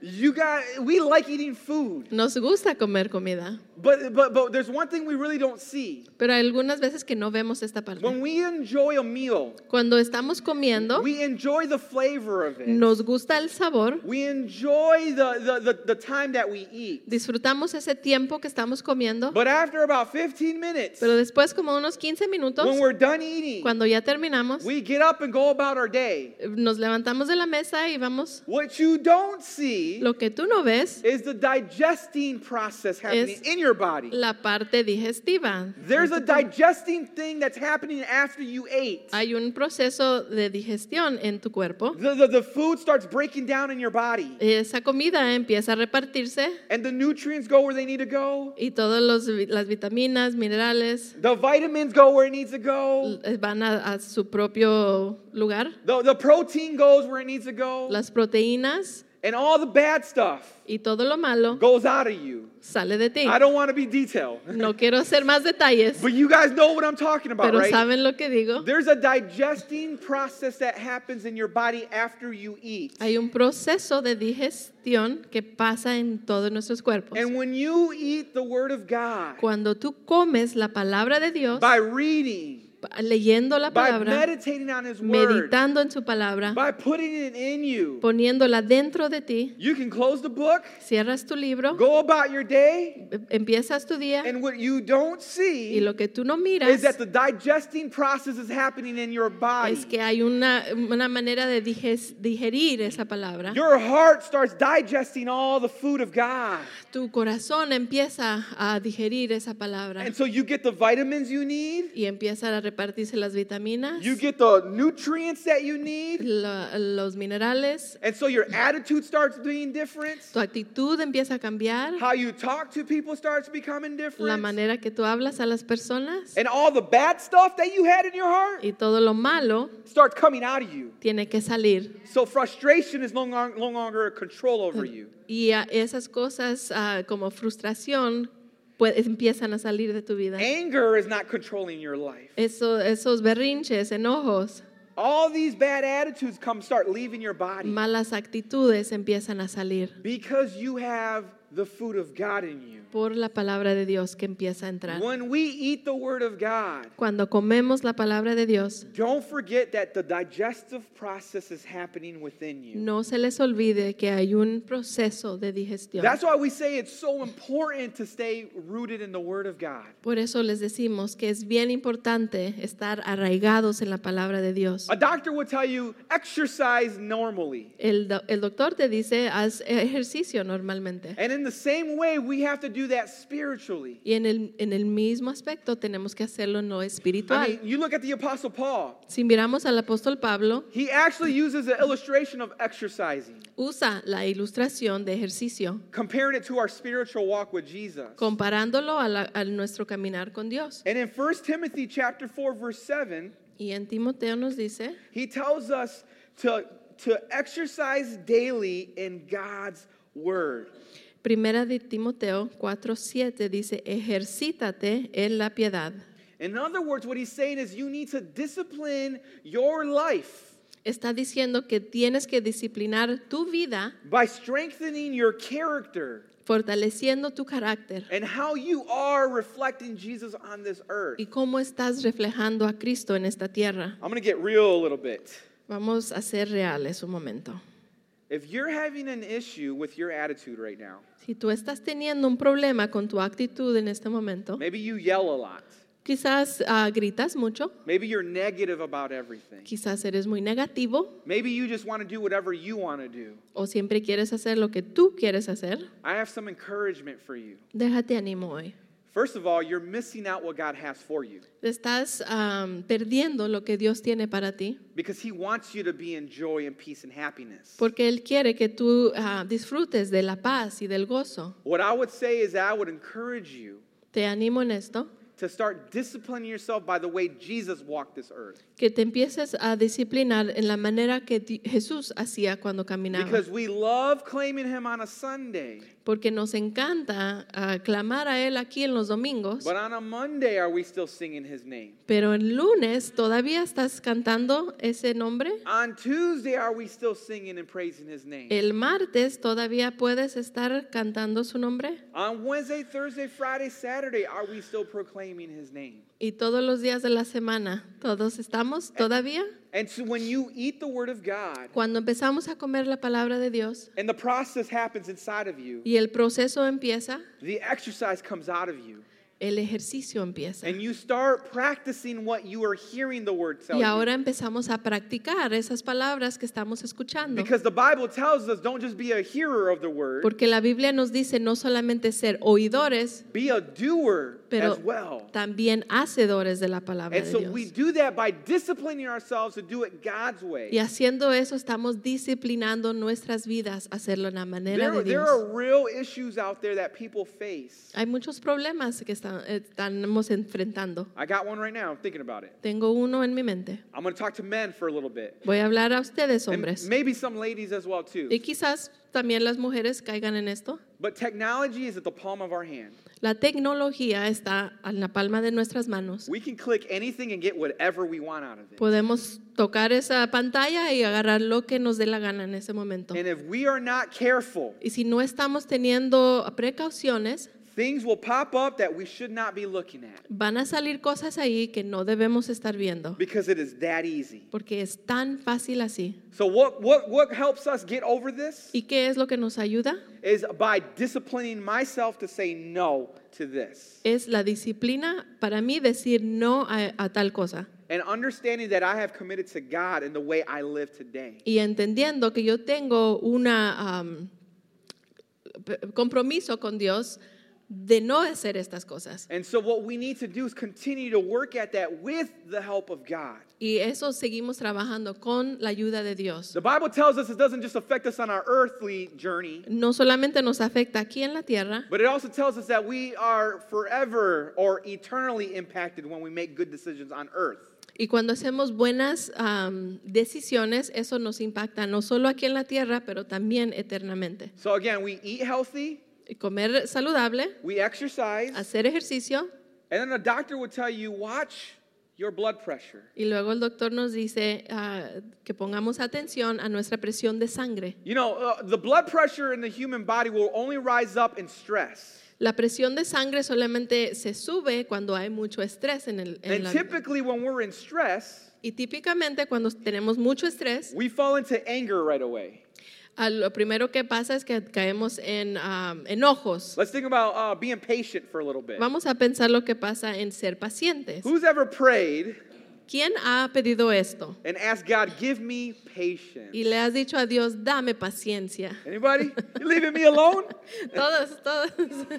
S1: you got. We like eating food,
S2: Nos gusta comer comida,
S1: but but but there's one thing we really don't see.
S2: pero hay algunas veces que no vemos esta parte.
S1: When we enjoy a meal,
S2: Cuando estamos comiendo,
S1: we enjoy the flavor of it.
S2: nos gusta el sabor,
S1: We enjoy the the, the the time that we eat.
S2: disfrutamos ese tiempo que estamos comiendo,
S1: But after about 15 minutes,
S2: pero después como unos 15 minutos,
S1: when we're done eating,
S2: cuando ya terminamos,
S1: we get up and go about our day.
S2: nos levantamos de la mesa y vamos.
S1: What you don't see
S2: Lo que tú no ves
S1: is the digesting process happening
S2: Es-
S1: in your body.
S2: la parte digestiva.
S1: There's a digesting thing that's happening after you ate.
S2: Hay un proceso de digestión en tu cuerpo.
S1: The, the, the food starts breaking down in your body,
S2: Esa comida empieza a repartirse
S1: and the nutrients go where they need to go.
S2: y todas las vitaminas, minerales
S1: The vitamins go where it needs to go.
S2: eh, van a, a su propio lugar.
S1: The, the protein goes where it needs to go.
S2: Las proteínas
S1: and all the bad stuff
S2: y todo lo malo
S1: goes out of you.
S2: sale de ti.
S1: I don't want to be detailed,
S2: No quiero hacer más detalles,
S1: but you guys know what I'm talking about,
S2: pero
S1: right?
S2: saben lo que digo.
S1: There's a digesting process that happens in your body after you eat.
S2: Hay un proceso de digestión que pasa en todos nuestros cuerpos.
S1: And when you eat the Word of God
S2: Cuando tú comes la palabra de Dios,
S1: by reading,
S2: pa- leyendo la
S1: by
S2: palabra,
S1: meditating on His Word,
S2: meditando en su palabra,
S1: by putting it in you,
S2: poniéndola dentro de ti,
S1: you can close the book,
S2: cierras tu libro,
S1: go about your day,
S2: em- empiezas tu día
S1: and what you don't
S2: y
S1: see
S2: lo que tú no
S1: is
S2: miras
S1: that the digesting process is happening in your body.
S2: es que hay una, una manera de diges- digerir esa palabra.
S1: Your heart starts digesting all the food of God.
S2: Tu corazón empieza a digerir esa palabra
S1: And so you get the vitamins you need,
S2: y empiezan a repartirse las vitaminas,
S1: you get the nutrients that you need,
S2: la- los minerales,
S1: and so your attitude starts being different.
S2: tu actitud empieza a cambiar,
S1: How you talk to people starts becoming
S2: la
S1: different.
S2: manera que tú hablas a las personas
S1: And all the bad stuff that you had in your heart
S2: y todo lo malo
S1: starts coming out of you.
S2: tiene que salir.
S1: So frustration is no, long, no longer a control over you.
S2: Y ah, esas cosas ah, como frustración pues, empiezan a salir de tu vida.
S1: Anger is not controlling your life.
S2: Eso- esos berrinches, enojos,
S1: All these bad attitudes come start leaving your body
S2: malas actitudes empiezan a salir
S1: because you have the food of God in you.
S2: por la palabra de Dios que empieza a entrar.
S1: When we eat the word of God,
S2: Cuando comemos la palabra de Dios,
S1: don't forget that the digestive process is happening within you.
S2: no se les olvide que hay un proceso de digestión.
S1: That's why we say it's so important to stay rooted in the word of God.
S2: Por eso les decimos que es bien importante estar arraigados en la palabra de Dios.
S1: A doctor will tell you exercise normally.
S2: El, do- el doctor te dice, haz ejercicio normalmente.
S1: And in the same way, we have to do that spiritually.
S2: Y en el, en el mismo aspecto tenemos que hacerlo en lo
S1: I
S2: espiritual.
S1: mean, you look at the Apostle Paul,
S2: Si miramos al apóstol Pablo,
S1: he actually uses an illustration of exercising,
S2: usa la ilustración de ejercicio,
S1: comparing it to our spiritual walk with Jesus.
S2: comparándolo a, la- a nuestro caminar con Dios.
S1: And in 1 Timothy chapter 4, verse 7,
S2: Y en Timoteo nos dice,
S1: he tells us to, to exercise daily in God's word.
S2: Primera de Timoteo 4:7 dice, ejercítate en la piedad.
S1: In other words, what he's saying is you need to discipline your life
S2: Está diciendo que tienes que disciplinar tu vida
S1: by strengthening your character.
S2: fortaleciendo tu carácter
S1: and how you are reflecting Jesus on this earth.
S2: y cómo estás reflejando a Cristo en esta tierra.
S1: I'm going to get real a little bit.
S2: Vamos a ser reales un momento.
S1: If you're having an issue with your attitude right now,
S2: Si tú estás teniendo un problema con tu actitud en este momento,
S1: maybe you yell a lot,
S2: quizás ah, gritas mucho,
S1: maybe you're negative about everything,
S2: quizás eres muy negativo
S1: maybe you just want to do whatever you want to do.
S2: o siempre quieres hacer lo que tú quieres hacer,
S1: I have some encouragement for you.
S2: déjate ánimo hoy.
S1: First of all, you're missing out what God has for you
S2: Estás am, perdiendo lo que Dios tiene para ti,
S1: because He wants you to be in joy and peace and happiness.
S2: porque Él quiere que tú ah, disfrutes de la paz y del gozo.
S1: What I would say is that I would encourage you
S2: Te animo en esto,
S1: to start disciplining yourself by the way Jesus walked this earth.
S2: que te empieces a disciplinar en la manera que di- Jesús hacía cuando caminaba,
S1: Because we love claiming him on a Sunday,
S2: porque nos encanta ah, clamar a Él aquí en los domingos,
S1: but on a Monday, are we still singing his name?
S2: pero el lunes todavía estás cantando ese nombre.
S1: On Tuesday, are we still singing and praising his name?
S2: El martes todavía puedes estar cantando su nombre
S1: On Wednesday, Thursday, Friday, Saturday, are we still proclaiming his name?
S2: y todos los días de la semana, todos estamos todavía
S1: And so when you eat the word of God,
S2: Cuando empezamos a comer la palabra de Dios
S1: and the process happens inside of you,
S2: y el proceso empieza,
S1: the exercise comes out of you,
S2: el ejercicio empieza.
S1: and you start practicing what you are hearing the word tell
S2: Y ahora
S1: you.
S2: empezamos a practicar esas palabras que estamos escuchando.
S1: Because the Bible tells us don't just be a hearer of the word,
S2: Porque la Biblia nos dice no solamente ser oidores,
S1: be a doer
S2: pero
S1: as well.
S2: también hacedores de la palabra
S1: And
S2: de
S1: so we
S2: Dios.
S1: do that by disciplining ourselves to do it God's
S2: Y
S1: way.
S2: haciendo eso estamos disciplinando nuestras vidas a hacerlo en la manera
S1: There,
S2: de
S1: there are
S2: Dios.
S1: real issues out there that people face.
S2: Hay muchos problemas que esta- estamos enfrentando.
S1: I got one right now. I'm thinking about it.
S2: Tengo uno en mi mente.
S1: I'm going to talk to men for a little bit.
S2: Voy a hablar a ustedes,
S1: And
S2: hombres.
S1: maybe some ladies as well too.
S2: Y quizás también las mujeres caigan en esto.
S1: But technology is at the palm of our hand.
S2: La tecnología está en la palma de nuestras manos.
S1: We can click anything and get whatever we want out of it.
S2: Podemos tocar esa pantalla y agarrar lo que nos dé la gana en ese momento.
S1: And if we are not careful,
S2: Y si no estamos teniendo precauciones,
S1: things will pop up that we should not be looking at
S2: van a salir cosas ahí que no debemos estar viendo,
S1: because it is that easy.
S2: porque es tan fácil así.
S1: So what what what helps us get over this
S2: ¿Y qué es lo que nos ayuda?
S1: is by disciplining myself to say no to this
S2: Es la disciplina para mí decir no a, a tal cosa
S1: and understanding that I have committed to God in the way I live today.
S2: y entendiendo que yo tengo un compromiso con Dios de no hacer estas cosas.
S1: And so what we need to do is continue to work at that with the help of God.
S2: Y eso seguimos trabajando con la ayuda de Dios.
S1: The Bible tells us it doesn't just affect us on our earthly journey,
S2: No solamente nos afecta aquí en la tierra,
S1: but it also tells us that we are forever or eternally impacted when we make good decisions on earth.
S2: Y cuando hacemos buenas am, decisiones, eso nos impacta no solo aquí en la tierra, pero también eternamente.
S1: So again, we eat healthy,
S2: Y Comer saludable,
S1: we exercise,
S2: hacer ejercicio,
S1: and then the doctor will tell you watch your blood pressure.
S2: y luego el doctor nos dice ah, que pongamos atención a nuestra presión de sangre.
S1: You know, uh, the blood pressure in the human body will only rise up in stress.
S2: La presión de sangre solamente se sube cuando hay mucho estrés en el en
S1: And
S2: la-
S1: typically, when we're in stress,
S2: Y típicamente cuando tenemos mucho estrés,
S1: we fall into anger right away.
S2: ah, lo primero que pasa es que caemos en am, enojos.
S1: Let's think about uh, being patient for a little bit.
S2: Vamos a pensar lo que pasa en ser pacientes.
S1: Who's ever prayed
S2: ¿Quién ha pedido esto?
S1: and asked God, give me
S2: Y <laughs>
S1: patience?
S2: le has dicho a Dios, dame paciencia.
S1: Anybody? You leaving me alone?
S2: Todos, todos. <laughs>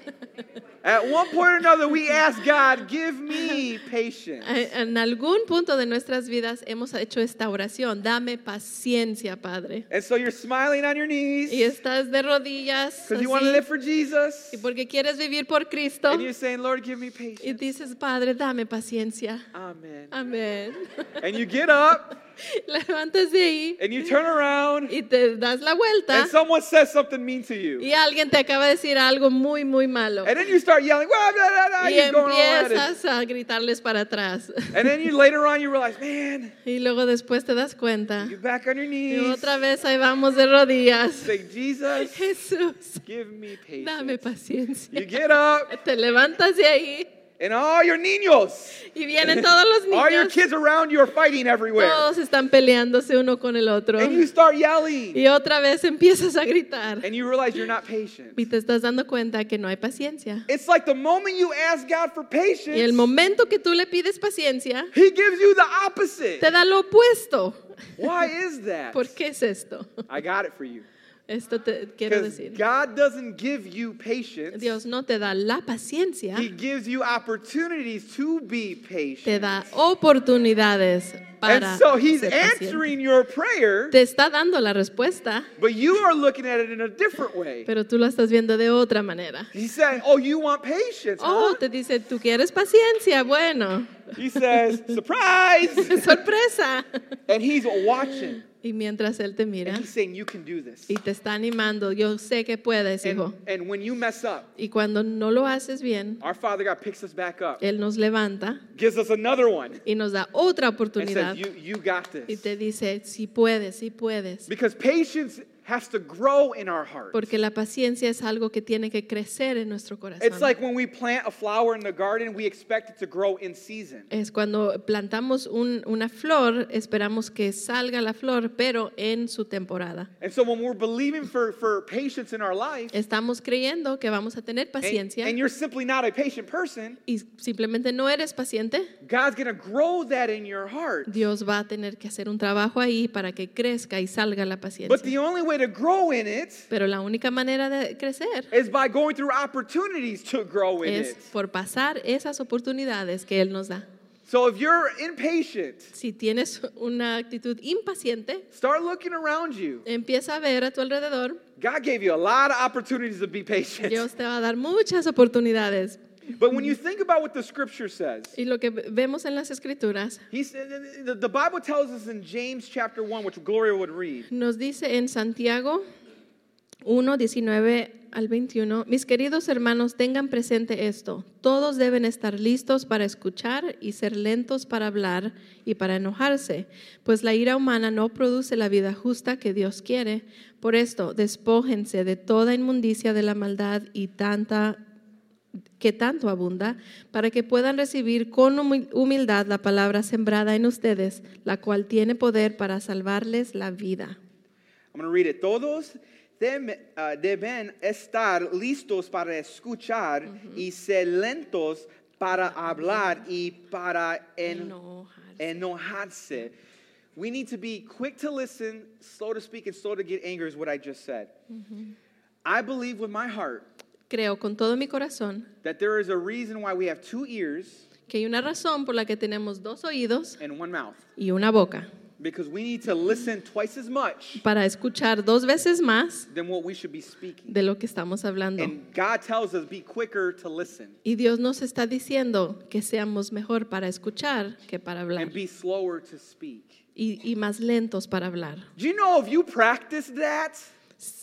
S1: At one point or another, we ask God, give
S2: <laughs>
S1: me patience.
S2: En algún punto de nuestras vidas hemos hecho esta oración, dame paciencia, Padre.
S1: And so you're smiling on your
S2: Y
S1: knees
S2: estás de rodillas
S1: because you want to
S2: así,
S1: live for Jesus.
S2: y porque quieres vivir por Cristo.
S1: And you're saying, Lord, give me
S2: Y
S1: patience.
S2: dices, Padre, dame paciencia.
S1: Amen.
S2: Amén. <laughs>
S1: And you get up
S2: Levantas de ahí
S1: and you turn around
S2: y te das la vuelta
S1: and someone says something mean to you.
S2: y alguien te acaba de decir algo muy, muy malo.
S1: And then you start yelling, "Wah, blah, blah, blah,"
S2: Y
S1: you're going all at it.
S2: empiezas a gritarles
S1: <laughs>
S2: para atrás.
S1: And then you later on you realize, man,
S2: Y luego después te das cuenta.
S1: you back
S2: <laughs>
S1: on your
S2: Y
S1: knees.
S2: otra vez ahí vamos de rodillas. <laughs>
S1: Say, Jesus,
S2: Jesús,
S1: give me patience.
S2: dame paciencia.
S1: You get up
S2: Te levantas de ahí
S1: and all your niños,
S2: y vienen todos los
S1: all your
S2: niños.
S1: kids around you are fighting everywhere.
S2: Todos están peleándose uno con el otro.
S1: And you start yelling
S2: Y otra vez empiezas a gritar.
S1: and you realize you're not patient.
S2: Y te estás dando cuenta que no hay paciencia.
S1: It's like the moment you ask God for
S2: Y el
S1: patience,
S2: momento que tú le pides paciencia,
S1: He gives you the opposite.
S2: te da lo opuesto.
S1: Why is that?
S2: <laughs> ¿Por qué es esto?
S1: I got it for you.
S2: Esto te quiero
S1: Because
S2: decir.
S1: God doesn't give you patience.
S2: Dios no te da la paciencia,
S1: He gives you opportunities to be
S2: te
S1: patient.
S2: da oportunidades para
S1: And so he's
S2: ser paciente.
S1: answering your prayer,
S2: te está dando la respuesta,
S1: but you are looking at it in a different way.
S2: pero tú lo estás viendo de otra manera.
S1: He's saying, Oh, you want patience?
S2: Oh,
S1: huh?"
S2: te dice, tú quieres paciencia, bueno, <laughs>
S1: He says, Surprise!
S2: sorpresa.
S1: and he's watching.
S2: Y mientras él te
S1: And
S2: mira
S1: he's saying, You can do this.
S2: y te está animando, yo sé que puedes, hijo.
S1: And, and when you mess up,
S2: Y cuando no lo haces bien,
S1: our Father God picks us back up,
S2: él nos levanta
S1: gives us another one,
S2: y nos da otra
S1: and
S2: oportunidad
S1: says, You, you got
S2: y
S1: this.
S2: te dice, sí puedes, sí puedes.
S1: Because patience has to grow in our heart.
S2: Porque la paciencia es algo que tiene que crecer en nuestro corazón.
S1: It's like when we plant a flower in the garden, we expect it to grow in season.
S2: Es cuando plantamos un- una flor, esperamos que salga la flor, pero en su temporada.
S1: And so when we're believing for, for patience in our life,
S2: Estamos creyendo que vamos a tener
S1: and,
S2: paciencia
S1: and you're simply not a patient person,
S2: y simplemente no eres paciente.
S1: God's going to grow that in your heart.
S2: Dios va a tener que hacer un trabajo ahí para que crezca y salga la
S1: But
S2: paciencia.
S1: the only way to grow in it
S2: Pero la única manera de crecer
S1: is by going through opportunities to grow in
S2: es
S1: it.
S2: por pasar esas oportunidades que Él nos da.
S1: So if you're impatient,
S2: Si tienes una actitud impaciente,
S1: start looking around you.
S2: empieza a ver a tu alrededor
S1: God gave you a lot of opportunities to be patient.
S2: Dios te va a dar muchas oportunidades
S1: But when you think about what the scripture says,
S2: Y lo que ve- vemos en las escrituras
S1: he said, the, the Bible tells us in James chapter 1, which Gloria would read,
S2: nos dice en Santiago 1, 19 al 21, mis queridos hermanos, tengan presente esto, todos deben estar listos para escuchar y ser lentos para hablar y para enojarse, pues la ira humana no produce la vida justa que Dios quiere. Por esto, despójense de toda inmundicia de la maldad y tanta que tanto abunda, para que puedan recibir con humi- humildad la palabra sembrada en ustedes, la cual tiene poder para salvarles la vida.
S1: I'm going to read it. Todos teme- uh, deben estar listos para escuchar y ser lentos para hablar y para en- enojarse. We need to be quick to listen, slow to speak, and slow to get angry, is what I just said. I believe with my heart
S2: Creo con todo mi corazón
S1: that there is a reason why we have two ears
S2: que hay una razón por la que tenemos dos oídos
S1: and one mouth.
S2: y una boca,
S1: Because we need to listen twice as much
S2: para escuchar dos veces más
S1: than what we should be speaking.
S2: de lo que estamos hablando.
S1: And God tells us be quicker to listen
S2: Y Dios nos está diciendo que seamos mejor para escuchar que para hablar
S1: and be slower to speak.
S2: y, y más lentos para hablar.
S1: Do you know if you practice that,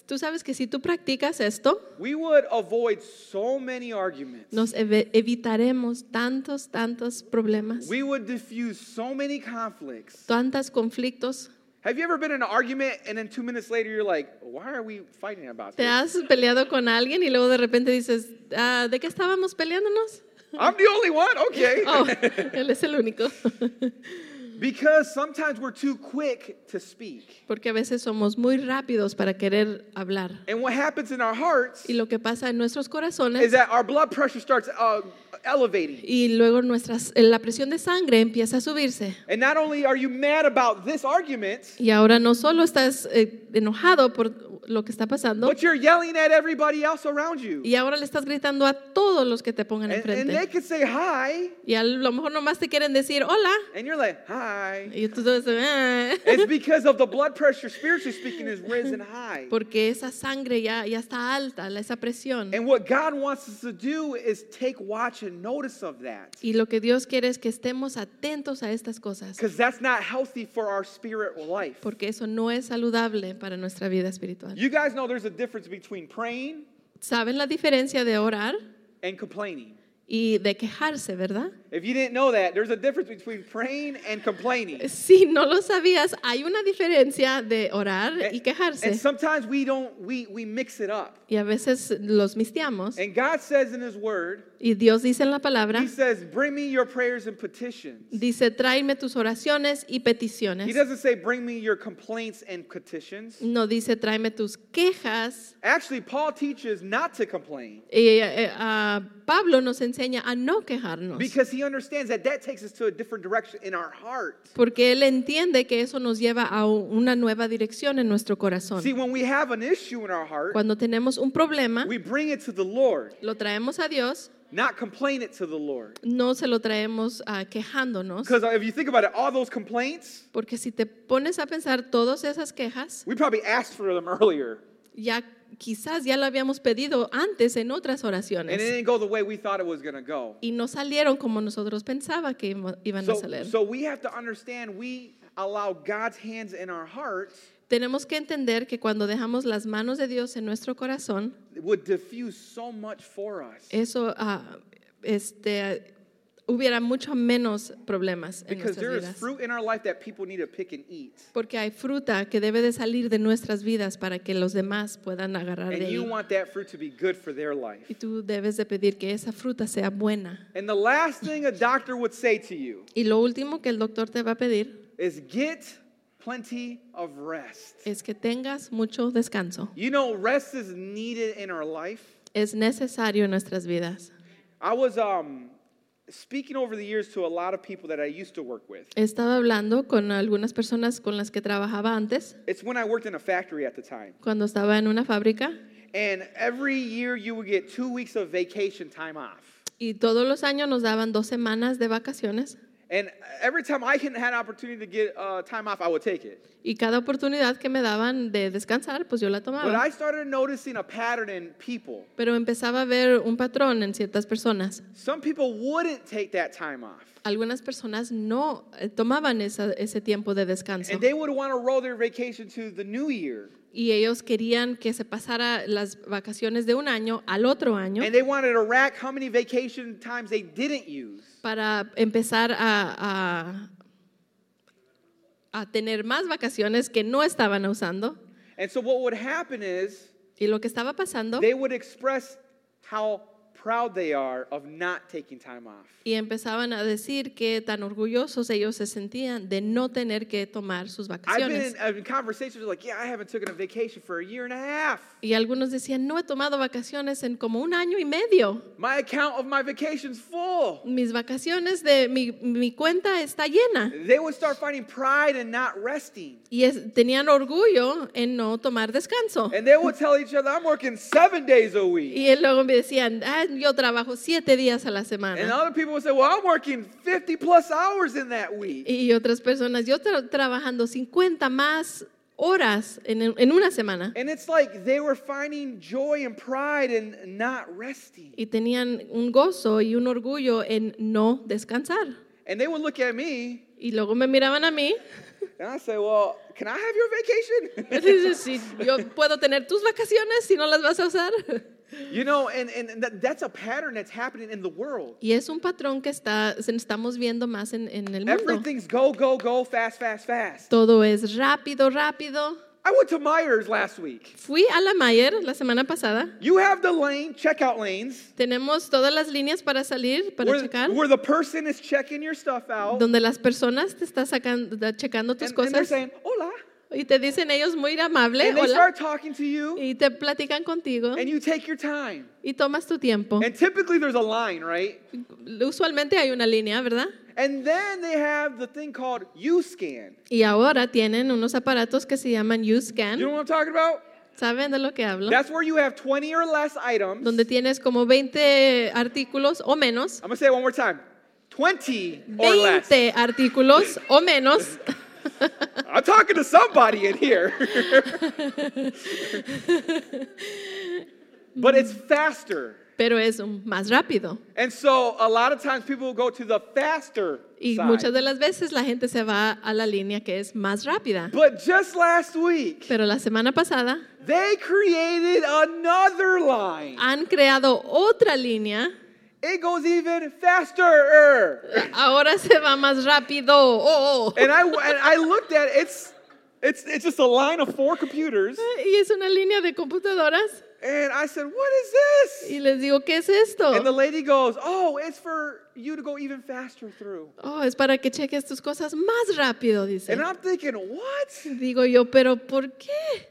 S2: Tú sabes que si tú practicas esto,
S1: we would avoid so many arguments.
S2: nos eve- evitaremos tantos, tantos problemas,
S1: We would diffuse so many conflicts.
S2: tantos conflictos.
S1: Have you ever been in an argument and then two minutes later you're like, why are we fighting about
S2: ¿Te
S1: this?
S2: has peleado con alguien y luego de repente dices, "Ah, ¿de qué estábamos peleándonos?
S1: I'm the only one? <laughs> Okay.
S2: Oh, él es el único. <laughs>
S1: Because sometimes we're too quick to speak.
S2: Porque a veces somos muy rápidos para querer hablar.
S1: And what happens in our hearts
S2: Y lo que pasa en nuestros
S1: is
S2: corazones
S1: that our blood pressure starts uh, elevating.
S2: y luego nuestras, eh, la presión de sangre empieza a subirse.
S1: And not only are you mad about this argument,
S2: Y ahora no solo estás eh, enojado por lo que está pasando,
S1: but you're yelling at everybody else around you.
S2: y ahora le estás gritando a todos los que te pongan
S1: And, and they
S2: enfrente.
S1: could say hi,
S2: Y a lo mejor nomás te quieren decir hola.
S1: and you're like,
S2: <laughs>
S1: hi.
S2: Y tú dices, "Ah".
S1: It's because of the blood pressure, spiritually speaking, is risen
S2: <laughs>
S1: high.
S2: porque esa sangre ya, ya está alta, la- esa presión.
S1: And what God wants us to do is take watch and notice of that.
S2: Y lo que Dios quiere es que estemos atentos a estas cosas,
S1: Because that's not healthy for our spirit life.
S2: porque eso no es saludable para nuestra vida espiritual.
S1: You guys know there's a difference between praying
S2: ¿Saben la diferencia de orar
S1: and complaining.
S2: y de quejarse, verdad?
S1: If you didn't know that, there's a difference between praying and complaining.
S2: Si no lo sabías, hay una diferencia de orar y
S1: And
S2: quejarse.
S1: sometimes we don't we we mix it up.
S2: Y a veces los mistiamos.
S1: And God says in His Word,
S2: Y Dios dice en la palabra,
S1: He says, "Bring me your prayers and petitions."
S2: dice, tráeme tus oraciones y
S1: He
S2: peticiones.
S1: doesn't say, "Bring me your complaints and petitions."
S2: No dice, tráeme tus quejas.
S1: Actually, Paul teaches not to complain
S2: Eh, eh, ah, Pablo nos enseña a no quejarnos,
S1: because he understands that that takes us to a different direction in our heart.
S2: porque él entiende que eso nos lleva a u- una nueva dirección en nuestro corazón.
S1: See, when we have an issue in our heart,
S2: Cuando tenemos un problema,
S1: we bring it to the Lord,
S2: lo traemos a Dios,
S1: not complain it to the Lord.
S2: no se lo traemos ah, quejándonos,
S1: Because if you think about it, all those complaints,
S2: porque si te pones a pensar todas esas quejas,
S1: we probably asked for them <laughs> earlier,
S2: ya quizás ya lo habíamos pedido antes en otras
S1: and it
S2: oraciones
S1: didn't go the way we thought it was going to go.
S2: y no salieron como nosotros pensaba que ima- iban
S1: So,
S2: a salir.
S1: so we have to understand we allow God's hands in our hearts
S2: Tenemos que entender que cuando dejamos las manos de Dios en nuestro corazón,
S1: would diffuse so much for us.
S2: eso ah, este, hubiera mucho menos problemas en
S1: Because there
S2: nuestras
S1: is
S2: vidas.
S1: fruit in our life that people need to pick and eat.
S2: Porque hay fruta que debe de salir de nuestras vidas para que los demás puedan agarrar de
S1: And you
S2: ahí.
S1: want that fruit to be good for their life.
S2: Y tú debes de pedir que esa fruta sea buena.
S1: And the last thing a doctor would say to you
S2: Y lo último que el doctor te va a pedir
S1: is get plenty of rest.
S2: es que tengas mucho descanso.
S1: You know, rest is needed in our life.
S2: Es necesario en nuestras vidas.
S1: I was um, speaking over the years to a lot of people that I used to work with.
S2: He estado hablando con algunas personas con las que trabajaba antes,
S1: It's when I worked in a factory at the time.
S2: cuando estaba en una fábrica,
S1: And every year you would get two weeks of vacation time off.
S2: y todos los años nos daban dos semanas de vacaciones.
S1: And every time I had an opportunity to get uh, time off, I would take it.
S2: Y cada oportunidad que me daban de descansar, pues yo la
S1: But
S2: tomaba.
S1: I started noticing a pattern in people.
S2: Pero empezaba a ver un patrón en ciertas personas.
S1: Some people wouldn't take that time off.
S2: Algunas personas no eh, tomaban esa- ese tiempo de descanso.
S1: And they would want to roll their vacation to the new year.
S2: Y ellos querían que se pasara las vacaciones de un año al otro año
S1: And they wanted to rack how many vacation times they didn't use.
S2: para empezar a, a, a tener más vacaciones que no estaban usando.
S1: And so what would happen is
S2: Y lo que estaba pasando,
S1: they would express how proud they are of not taking time off.
S2: y empezaban a decir que tan orgullosos ellos se sentían de no tener que tomar sus
S1: I've been in,
S2: vacaciones.
S1: I've been in uh, conversations like, yeah, I haven't taken a vacation for a year and a half.
S2: Y algunos decían, no he tomado vacaciones en como un año y medio.
S1: My account of my vacation's full.
S2: Mis vacaciones de mi, mi cuenta está llena.
S1: They would start finding pride in not resting.
S2: Y es- tenían orgullo en no tomar descanso.
S1: And they would tell each other, I'm working seven days a week.
S2: Y él luego me decían, "Ah, yo trabajo siete días a la
S1: And
S2: semana.
S1: other people would say, Well, I'm working 50 plus hours in that week.
S2: Y otras personas, yo tra- trabajando 50 más horas en, en una semana.
S1: And it's like they were finding joy and pride in not resting.
S2: Y tenían un gozo y un orgullo en no descansar.
S1: And they would look at me
S2: Y luego me miraban a mí.
S1: and I say, Well, can I have
S2: <laughs>
S1: your vacation?
S2: Dice, "Sí, yo puedo tener tus vacaciones si no las vas a usar.
S1: <laughs> you know, and, and that, that's a pattern that's happening in the world.
S2: Y es un patrón que está, se- estamos viendo más en, en el mundo.
S1: Everything's go, go, go, fast, fast, fast.
S2: Todo es rápido, rápido.
S1: I went to Myers last week.
S2: Fui a la Mayer la semana pasada.
S1: You have the lane, checkout lanes,
S2: Tenemos todas las líneas para salir, para
S1: where,
S2: checar.
S1: where the person is checking your stuff out.
S2: donde las personas te están sacando, da- checando tus
S1: And, and they're
S2: cosas
S1: saying, Hola.
S2: y te dicen ellos muy amable,
S1: And they
S2: hola,
S1: start talking to you,
S2: y te platican contigo
S1: and you take your time.
S2: y tomas tu tiempo.
S1: And typically there's a line, right?
S2: Usualmente hay una línea, ¿verdad?
S1: And then they have the thing called U scan.
S2: Y ahora tienen unos aparatos que se llaman
S1: You know
S2: U-Scan,
S1: what I'm talking about?
S2: ¿saben de lo que hablo?
S1: That's where you have 20 or less items. I'm
S2: Donde tienes como 20 artículos o menos,
S1: gonna say it one more time. 20 or less.
S2: 20 artículos
S1: <laughs>
S2: o menos,
S1: I'm talking to somebody in
S2: <laughs>
S1: here. but it's faster.
S2: pero es un- más rápido.
S1: And so a lot of times people will go to the faster
S2: Y
S1: side.
S2: muchas de las veces la gente se va a la línea que es más rápida.
S1: But just last week,
S2: Pero la semana pasada
S1: they created another line.
S2: han creado otra línea,
S1: It goes even faster.
S2: ahora se va más rápido. Oh, oh.
S1: And I and I looked at it, it's it's it's just a line of four computers,
S2: Y es una línea de computadoras.
S1: and I said, "What is this?"
S2: Y les digo, ¿qué es esto?
S1: And the lady goes, "Oh, it's for you to go even faster through."
S2: Oh, es para que cheques tus cosas más rápido, dice.
S1: And I'm thinking, "What?"
S2: Digo yo, pero ¿por qué?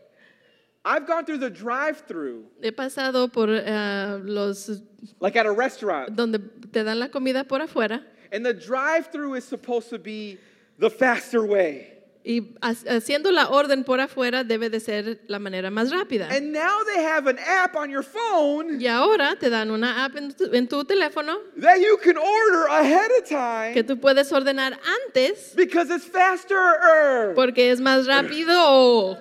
S1: I've gone through the drive-through,
S2: He pasado por ah, los
S1: like at a restaurant,
S2: donde te dan la comida por afuera
S1: and the drive-through is supposed to be the faster way.
S2: y ha- haciendo la orden por afuera debe de ser la manera más rápida.
S1: And now they have an app on your phone
S2: Y ahora te dan una app en tu- en tu teléfono
S1: that you can order ahead of
S2: que
S1: time
S2: tú puedes ordenar antes
S1: because it's faster.
S2: Porque es más rápido.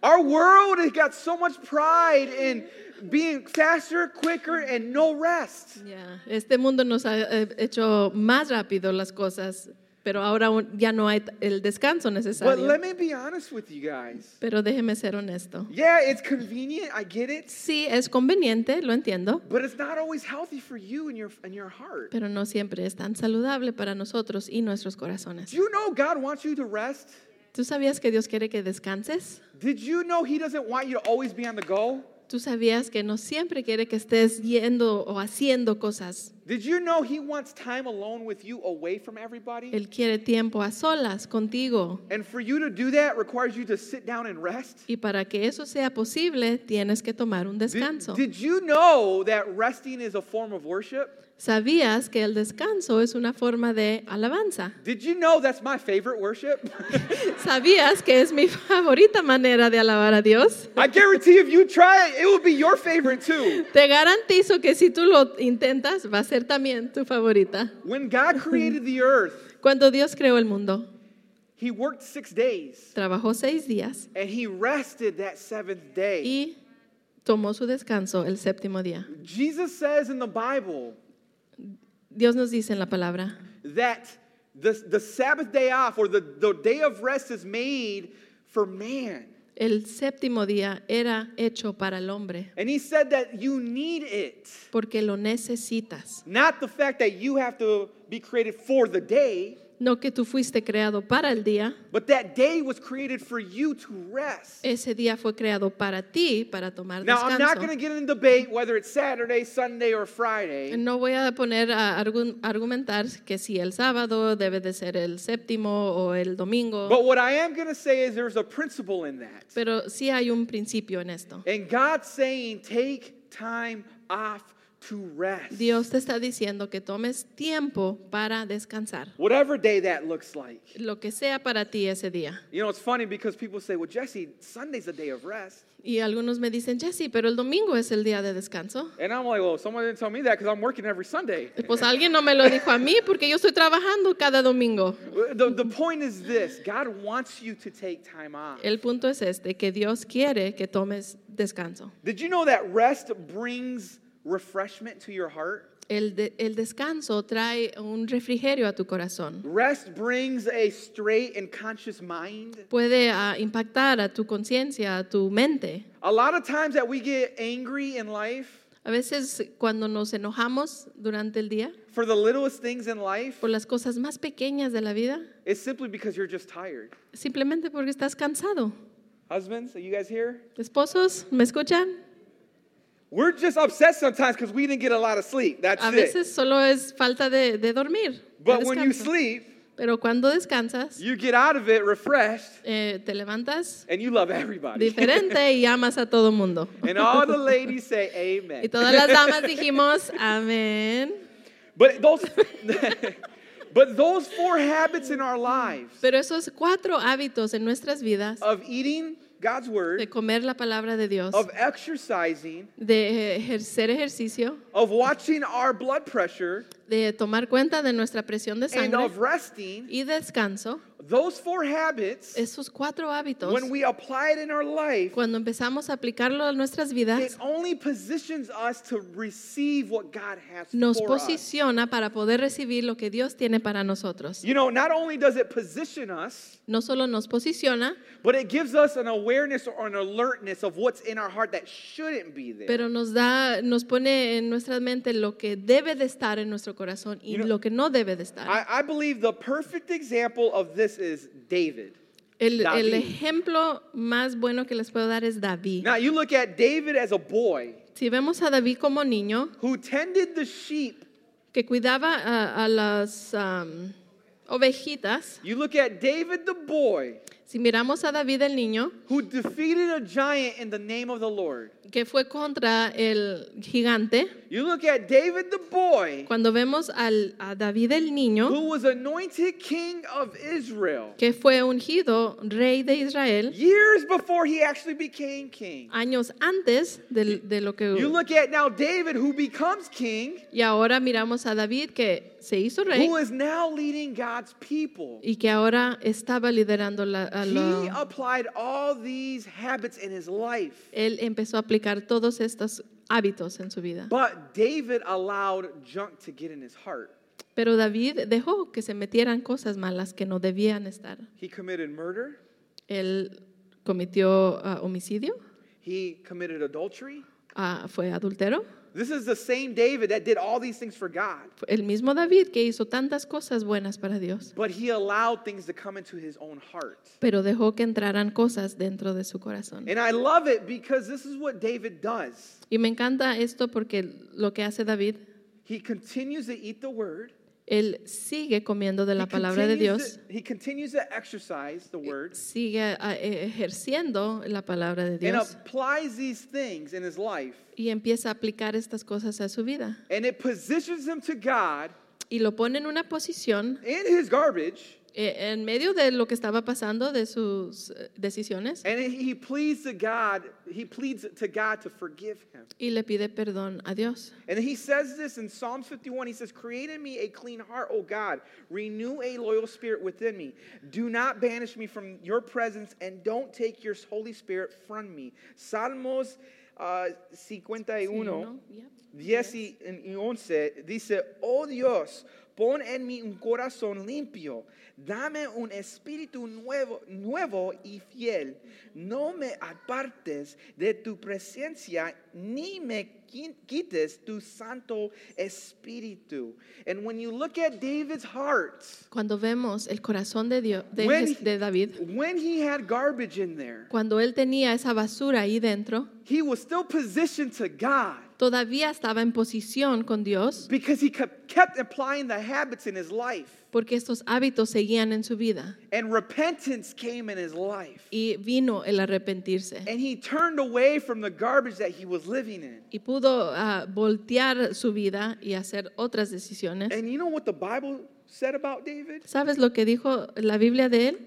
S1: Our world has got so much pride in being faster, quicker, and no rest.
S2: Ya, Este mundo nos ha eh, hecho más rápido las cosas, pero ahora un- ya no hay t- el descanso
S1: But let
S2: necesario.
S1: me be honest with you guys.
S2: Pero déjeme ser honesto.
S1: Yeah, it's convenient, I get it,
S2: Sí, es conveniente, lo entiendo,
S1: but it's not always healthy for you and your and your heart.
S2: pero no siempre es tan saludable para nosotros y nuestros corazones.
S1: Do you know God wants you to rest?
S2: ¿Tú sabías que Dios quiere que descanses?
S1: Did you know He doesn't want you to always be on the go?
S2: ¿Tú sabías que no siempre quiere que estés yendo o haciendo cosas?
S1: Did you know He wants time alone with you away from everybody?
S2: Él quiere tiempo a solas contigo.
S1: And for you to do that requires you to sit down and rest?
S2: Y para que eso sea posible, tienes que tomar un
S1: Did,
S2: descanso.
S1: did you know that resting is a form of worship?
S2: ¿Sabías que el descanso es una forma de alabanza?
S1: Did you know that's my favorite worship? <laughs>
S2: ¿Sabías que es mi <laughs> favorita manera de alabar a Dios?
S1: I guarantee if you try it, it will be your favorite too.
S2: Te garantizo que si tú lo intentas, va a ser también tu favorita.
S1: When God created the earth,
S2: Cuando Dios creó el mundo,
S1: he worked six days
S2: trabajó seis días
S1: and he rested that seventh day.
S2: y tomó su descanso el séptimo día.
S1: Jesus says in the Bible
S2: Dios nos dice en la palabra
S1: that the, the Sabbath day off or the, the day of rest is made for man.
S2: El séptimo día era hecho para el hombre
S1: And he said that you need it.
S2: porque lo necesitas.
S1: Not the fact that you have to be created for the day,
S2: No que tú fuiste creado para el día,
S1: but that day was created for you to rest.
S2: ese día fue creado para ti, para tomar
S1: Now, I'm not going to
S2: descanso.
S1: get in a debate whether it's Saturday, Sunday, or Friday,
S2: No voy a poner a argu- argumentar que si el sábado debe de ser el séptimo o el domingo,
S1: but what I am going to say is there's a principle in that.
S2: pero sí hay un principio en esto.
S1: And God's saying, take time off to rest.
S2: Dios te está diciendo que tomes tiempo para descansar,
S1: Whatever day that looks like.
S2: lo que sea para ti ese día.
S1: You know, it's funny because people say, well, Jesse, Sunday's a day of rest.
S2: Y algunos me dicen, Jesse, pero el domingo es el día de descanso.
S1: And I'm like, well, someone didn't tell me that because I'm working every Sunday.
S2: Pues alguien no me lo dijo a mí porque yo estoy trabajando cada domingo.
S1: The, the point is this God wants you to take time off.
S2: El punto es este, que Dios quiere que tomes descanso.
S1: Did you know that rest brings refreshment to your heart?
S2: El, de- el descanso trae un refrigerio a tu corazón.
S1: Rest brings a straight and conscious mind.
S2: Puede ah, impactar a tu conciencia, a tu mente.
S1: A lot of times that we get angry in life
S2: A veces cuando nos enojamos durante el día
S1: for the littlest things in life,
S2: por las cosas más pequeñas de la vida,
S1: it's simply because you're just tired.
S2: simplemente porque estás cansado.
S1: Husbands, are you guys here?
S2: Esposos, ¿me escuchan?
S1: We're just upset sometimes because we didn't get a lot of sleep. That's
S2: A
S1: it.
S2: veces solo es falta de, de dormir. de
S1: But when you
S2: descanso.
S1: sleep,
S2: Pero cuando descansas,
S1: you get out of it refreshed
S2: eh, te levantas
S1: and you love everybody.
S2: diferente y amas a todo mundo.
S1: <laughs> and all
S2: <laughs>
S1: the ladies say
S2: Y
S1: amen.
S2: todas las damas dijimos, amén.
S1: But those <laughs> but those four habits in our lives
S2: Pero esos cuatro hábitos en nuestras vidas,
S1: of eating God's
S2: de
S1: word,
S2: comer la palabra de Dios,
S1: of exercising,
S2: de ejercer ejercicio,
S1: of watching our blood pressure,
S2: de tomar cuenta de nuestra presión de
S1: and
S2: sangre
S1: of resting,
S2: y descanso,
S1: those four habits,
S2: esos cuatro hábitos,
S1: when we apply it in our life,
S2: cuando empezamos a aplicarlo a nuestras vidas,
S1: it only positions us to receive what God has
S2: nos
S1: for us.
S2: posiciona para poder recibir lo que Dios tiene para nosotros.
S1: You know, not only does it position us,
S2: No solo nos posiciona,
S1: but it gives us an awareness or an alertness of what's in our heart that shouldn't be there.
S2: pero nos da, nos pone en nuestra mente lo que debe de estar en nuestro corazón y
S1: You know,
S2: lo que no debe de estar.
S1: I, I believe the perfect example of this is David.
S2: El, el
S1: David.
S2: ejemplo más bueno que les puedo dar es David.
S1: Now, you look at David as a boy
S2: Si vemos a David como niño,
S1: who tended the sheep.
S2: que cuidaba a, a las am, ovejitas,
S1: You look at David the boy
S2: si miramos a David el niño,
S1: who defeated a giant in the name of the Lord.
S2: que fue contra el gigante,
S1: You look at David the boy
S2: cuando vemos al, a David el niño,
S1: who was anointed king of Israel
S2: que fue ungido rey de Israel
S1: years before he actually became king.
S2: años antes del- de, lo
S1: You
S2: que...
S1: look at now David who becomes king,
S2: Y ahora miramos a David que se hizo rey
S1: who is now leading God's people.
S2: y que ahora estaba liderando la, a la-
S1: He applied all these habits in his life.
S2: Él empezó a aplicar todos estos hábitos en su vida.
S1: But David allowed junk to get in his heart.
S2: Pero David dejó que se metieran cosas malas que no debían estar.
S1: He committed murder,
S2: Él cometió ah, homicidio,
S1: he committed adultery.
S2: ah, fue adultero.
S1: This is the same David that did all these things for God,
S2: Fue El mismo David que hizo tantas cosas buenas para Dios,
S1: but he allowed things to come into his own heart.
S2: pero dejó que entraran cosas dentro de su corazón.
S1: And I love it because this is what David does.
S2: Y me encanta esto porque lo que hace David,
S1: He continues to eat the word,
S2: Él sigue comiendo de la
S1: He
S2: palabra de
S1: continues
S2: Dios,
S1: to- he continues to exercise the word
S2: sigue ah, eh, ejerciendo la palabra de
S1: and
S2: Dios
S1: applies these things in his life.
S2: y empieza a aplicar estas cosas a su vida.
S1: And it positions him to God
S2: Y lo pone en una posición
S1: in his garbage,
S2: eh, en medio de lo que estaba pasando, de sus eh, decisiones,
S1: and he pleads to God, he pleads to God to forgive him.
S2: y le pide perdón a Dios.
S1: And he says this in Psalms 51. He says, Create in me a clean heart, O God. Renew a loyal spirit within me. Do not banish me from your presence, and don't take your Holy Spirit from me. Salmos uh, 51,
S2: ¿no? Yep.
S1: 10 y y 11 dice: Oh Dios, pon en mí un corazón limpio. Dame un espíritu nuevo, nuevo y fiel. No me apartes de tu presencia, ni me qui- quites tu santo espíritu. And when you look at David's heart,
S2: Cuando vemos el corazón de, Dios, de,
S1: when,
S2: Jes- de David,
S1: when he had garbage in there,
S2: cuando él tenía esa basura ahí dentro,
S1: he was still positioned to God.
S2: todavía estaba en posición con Dios
S1: Because he kept kept applying the habits in his life.
S2: porque estos hábitos seguían en su vida
S1: And repentance came in his life.
S2: y vino el arrepentirse
S1: And he turned away from the garbage that he was living in.
S2: y pudo ah, voltear su vida y hacer otras decisiones.
S1: And you know what the Bible said about David?
S2: ¿Sabes lo que dijo la Biblia de él?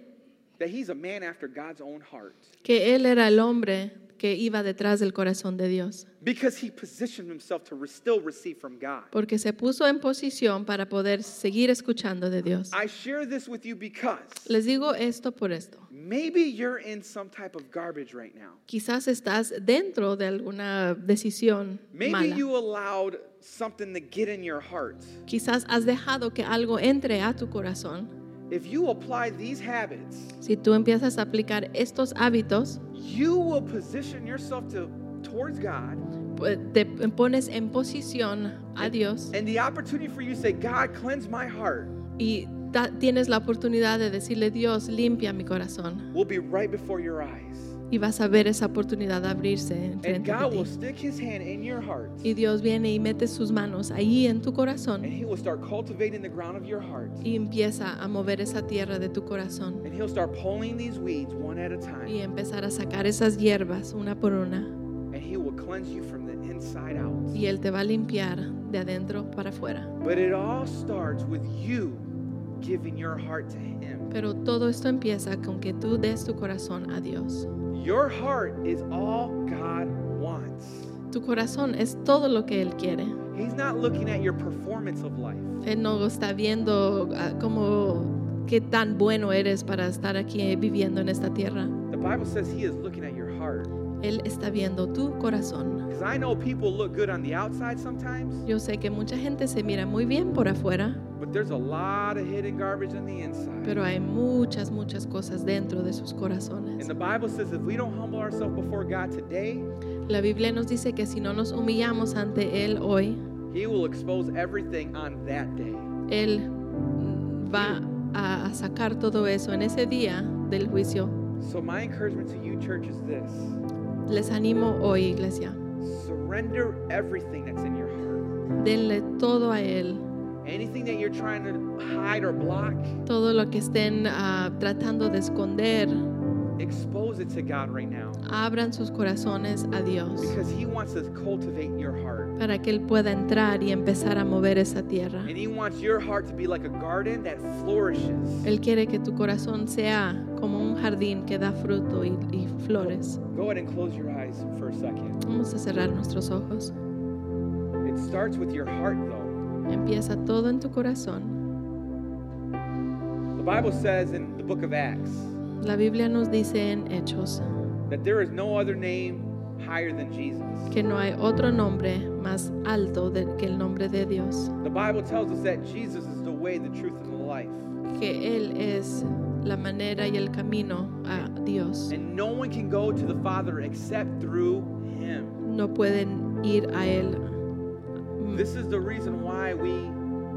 S1: That he's a man after God's own heart
S2: Que él era el hombre que iba detrás del corazón de Dios,
S1: because he positioned himself to re- still receive from God.
S2: porque se puso en posición para poder seguir escuchando de Dios.
S1: I share this with you because
S2: Les digo esto por esto.
S1: maybe you're in some type of garbage right now.
S2: Quizás estás dentro de alguna decisión
S1: Maybe
S2: mala.
S1: you allowed something to get in your heart.
S2: Quizás has dejado que algo entre a tu corazón.
S1: If you apply these habits,
S2: Si tú empiezas a aplicar estos hábitos,
S1: you will position yourself to towards God
S2: pu- pues, te pones en posición a Dios
S1: and the opportunity for you to say, God, cleanse my heart
S2: y ta- tienes la oportunidad de decirle, Dios, limpia mi corazón.
S1: will be right before your eyes.
S2: Y vas a ver esa oportunidad abrirse
S1: And
S2: enfrente de
S1: God will
S2: ti.
S1: stick his hand in your heart
S2: Y Dios viene y mete sus manos ahí en tu
S1: and
S2: corazón
S1: he will start cultivating the ground of your heart.
S2: y empieza a mover esa tierra de tu corazón
S1: And he'll start pulling these weeds one at a
S2: y
S1: time.
S2: empezar a sacar esas hierbas una por una.
S1: And he will cleanse you from the inside out.
S2: y Él te va a limpiar de adentro para afuera.
S1: But it all starts with you giving your heart to him.
S2: Pero todo esto empieza con que tú des tu corazón a Dios.
S1: Your heart is all God wants.
S2: Tu corazón es todo lo que Él quiere.
S1: He's not looking at your performance of life.
S2: Él no está viendo ah, cómo, qué tan bueno eres para estar aquí viviendo en esta tierra.
S1: The Bible says he is looking at your heart.
S2: Él está viendo tu corazón.
S1: Because I know people look good on the outside sometimes,
S2: Yo sé que mucha gente se mira muy bien por afuera,
S1: but there's a lot of hidden garbage on the inside.
S2: pero hay muchas, muchas cosas dentro de sus
S1: And
S2: corazones.
S1: the Bible says if we don't humble ourselves before God today,
S2: La Biblia nos dice que si no nos humillamos ante Él hoy,
S1: He will expose everything on that day.
S2: Él va a a sacar todo eso en ese día del juicio.
S1: So, my encouragement to you, church, is this
S2: Les animo hoy, iglesia.
S1: surrender everything that's in your heart.
S2: Denle todo a Él.
S1: Anything that you're trying to hide or block,
S2: Todo lo que estén ah, tratando de esconder,
S1: expose it to God right now.
S2: abran sus corazones a Dios
S1: Because He wants to cultivate your heart.
S2: para que Él pueda entrar y empezar a mover esa tierra.
S1: And He wants your heart to be like a garden that flourishes.
S2: Él quiere que tu corazón sea como un jardín que da fruto y, y flores.
S1: Go ahead and close your eyes for a second.
S2: Vamos a cerrar nuestros ojos.
S1: It starts with your heart, though.
S2: Empieza todo en tu corazón.
S1: The Bible says in the book of Acts
S2: La Biblia nos dice en Hechos
S1: that there is no other name higher than Jesus.
S2: que no hay otro nombre más alto de- que el nombre de Dios,
S1: The Bible tells us that Jesus is the way, the truth, and the life.
S2: que Él es la manera y el camino a Dios.
S1: And no one can go to the Father except through Him.
S2: No pueden ir a Él.
S1: This is the reason why we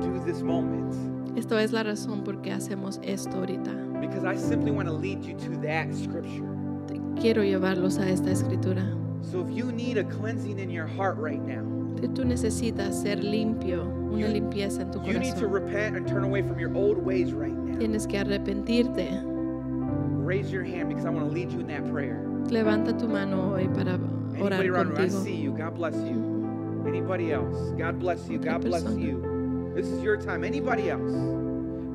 S1: do this moment.
S2: Esto es la razón por qué hacemos esto ahorita.
S1: Because I simply want to lead you to that scripture.
S2: Te- Quiero llevarlos a esta escritura.
S1: So if you need a cleansing in your heart right now,
S2: que tú necesitas ser limpio, una
S1: You-
S2: limpieza en tu
S1: You need to
S2: corazón.
S1: repent and turn away from your old ways right now.
S2: Tienes que arrepentirte.
S1: Raise your hand because I want to lead you in that prayer.
S2: Levanta tu mano hoy para
S1: Anybody
S2: orar
S1: around you, I
S2: contigo.
S1: see you. God bless you. Anybody else? God bless you.
S2: Otra
S1: God bless
S2: persona.
S1: you. This is your time. Anybody else?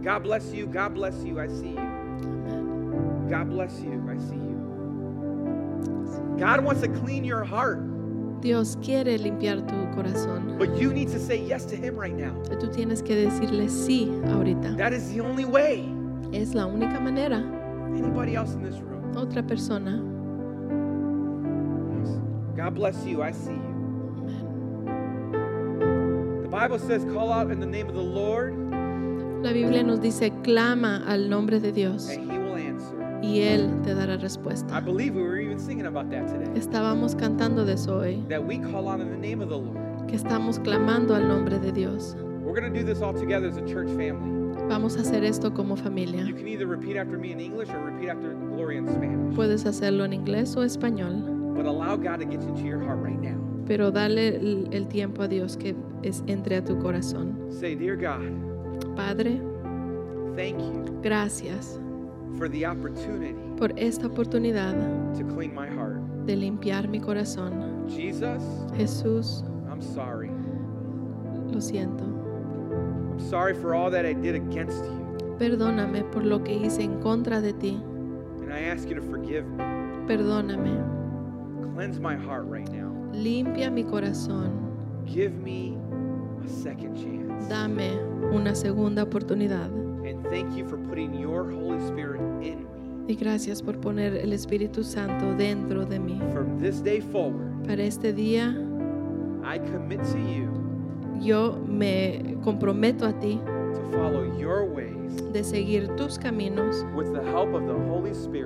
S1: God bless you. God bless you. I see you.
S2: Amén.
S1: God bless you. I see you. God wants to clean your heart,
S2: Dios quiere limpiar tu corazón.
S1: but you need to say yes to Him right now.
S2: Tú tienes que decirle sí ahorita.
S1: That is the only way.
S2: Es la única manera.
S1: Anybody else in this room?
S2: Otra persona.
S1: God bless you. I see you.
S2: Amén.
S1: The Bible says, call out in the name of the Lord,
S2: La Biblia nos dice, clama al nombre de Dios
S1: and He will answer.
S2: y Él te dará
S1: I
S2: respuesta.
S1: believe we were even singing about that today.
S2: Estábamos cantando de eso hoy,
S1: That we call out in the name of the Lord.
S2: que estamos clamando al nombre de Dios.
S1: We're going to do this all together as a church family.
S2: Vamos a hacer esto como
S1: You
S2: familia.
S1: can either repeat after me in English or repeat after Gloria in Spanish.
S2: Puedes hacerlo en inglés o español,
S1: But allow God to get into your heart right now.
S2: pero dale el, el tiempo a Dios que es, entre a tu corazón.
S1: Say, Dear God,
S2: Padre,
S1: thank you
S2: gracias
S1: for the opportunity
S2: por esta oportunidad
S1: to clean my heart.
S2: de limpiar mi corazón.
S1: Jesus,
S2: Jesús,
S1: I'm sorry.
S2: lo siento.
S1: I'm sorry for all that I did against you.
S2: Perdóname por lo que hice en contra de ti.
S1: And I ask you to forgive me.
S2: Perdóname.
S1: Cleanse my heart right now.
S2: Limpia mi corazón.
S1: Give me a second chance.
S2: Dame una segunda oportunidad.
S1: And thank you for putting your Holy Spirit in me.
S2: Y gracias por poner el Espíritu Santo dentro de mí.
S1: From this day forward,
S2: Para este día
S1: I commit to you
S2: yo me comprometo a ti
S1: to follow your ways
S2: de seguir tus caminos
S1: with the help of the Holy Spirit.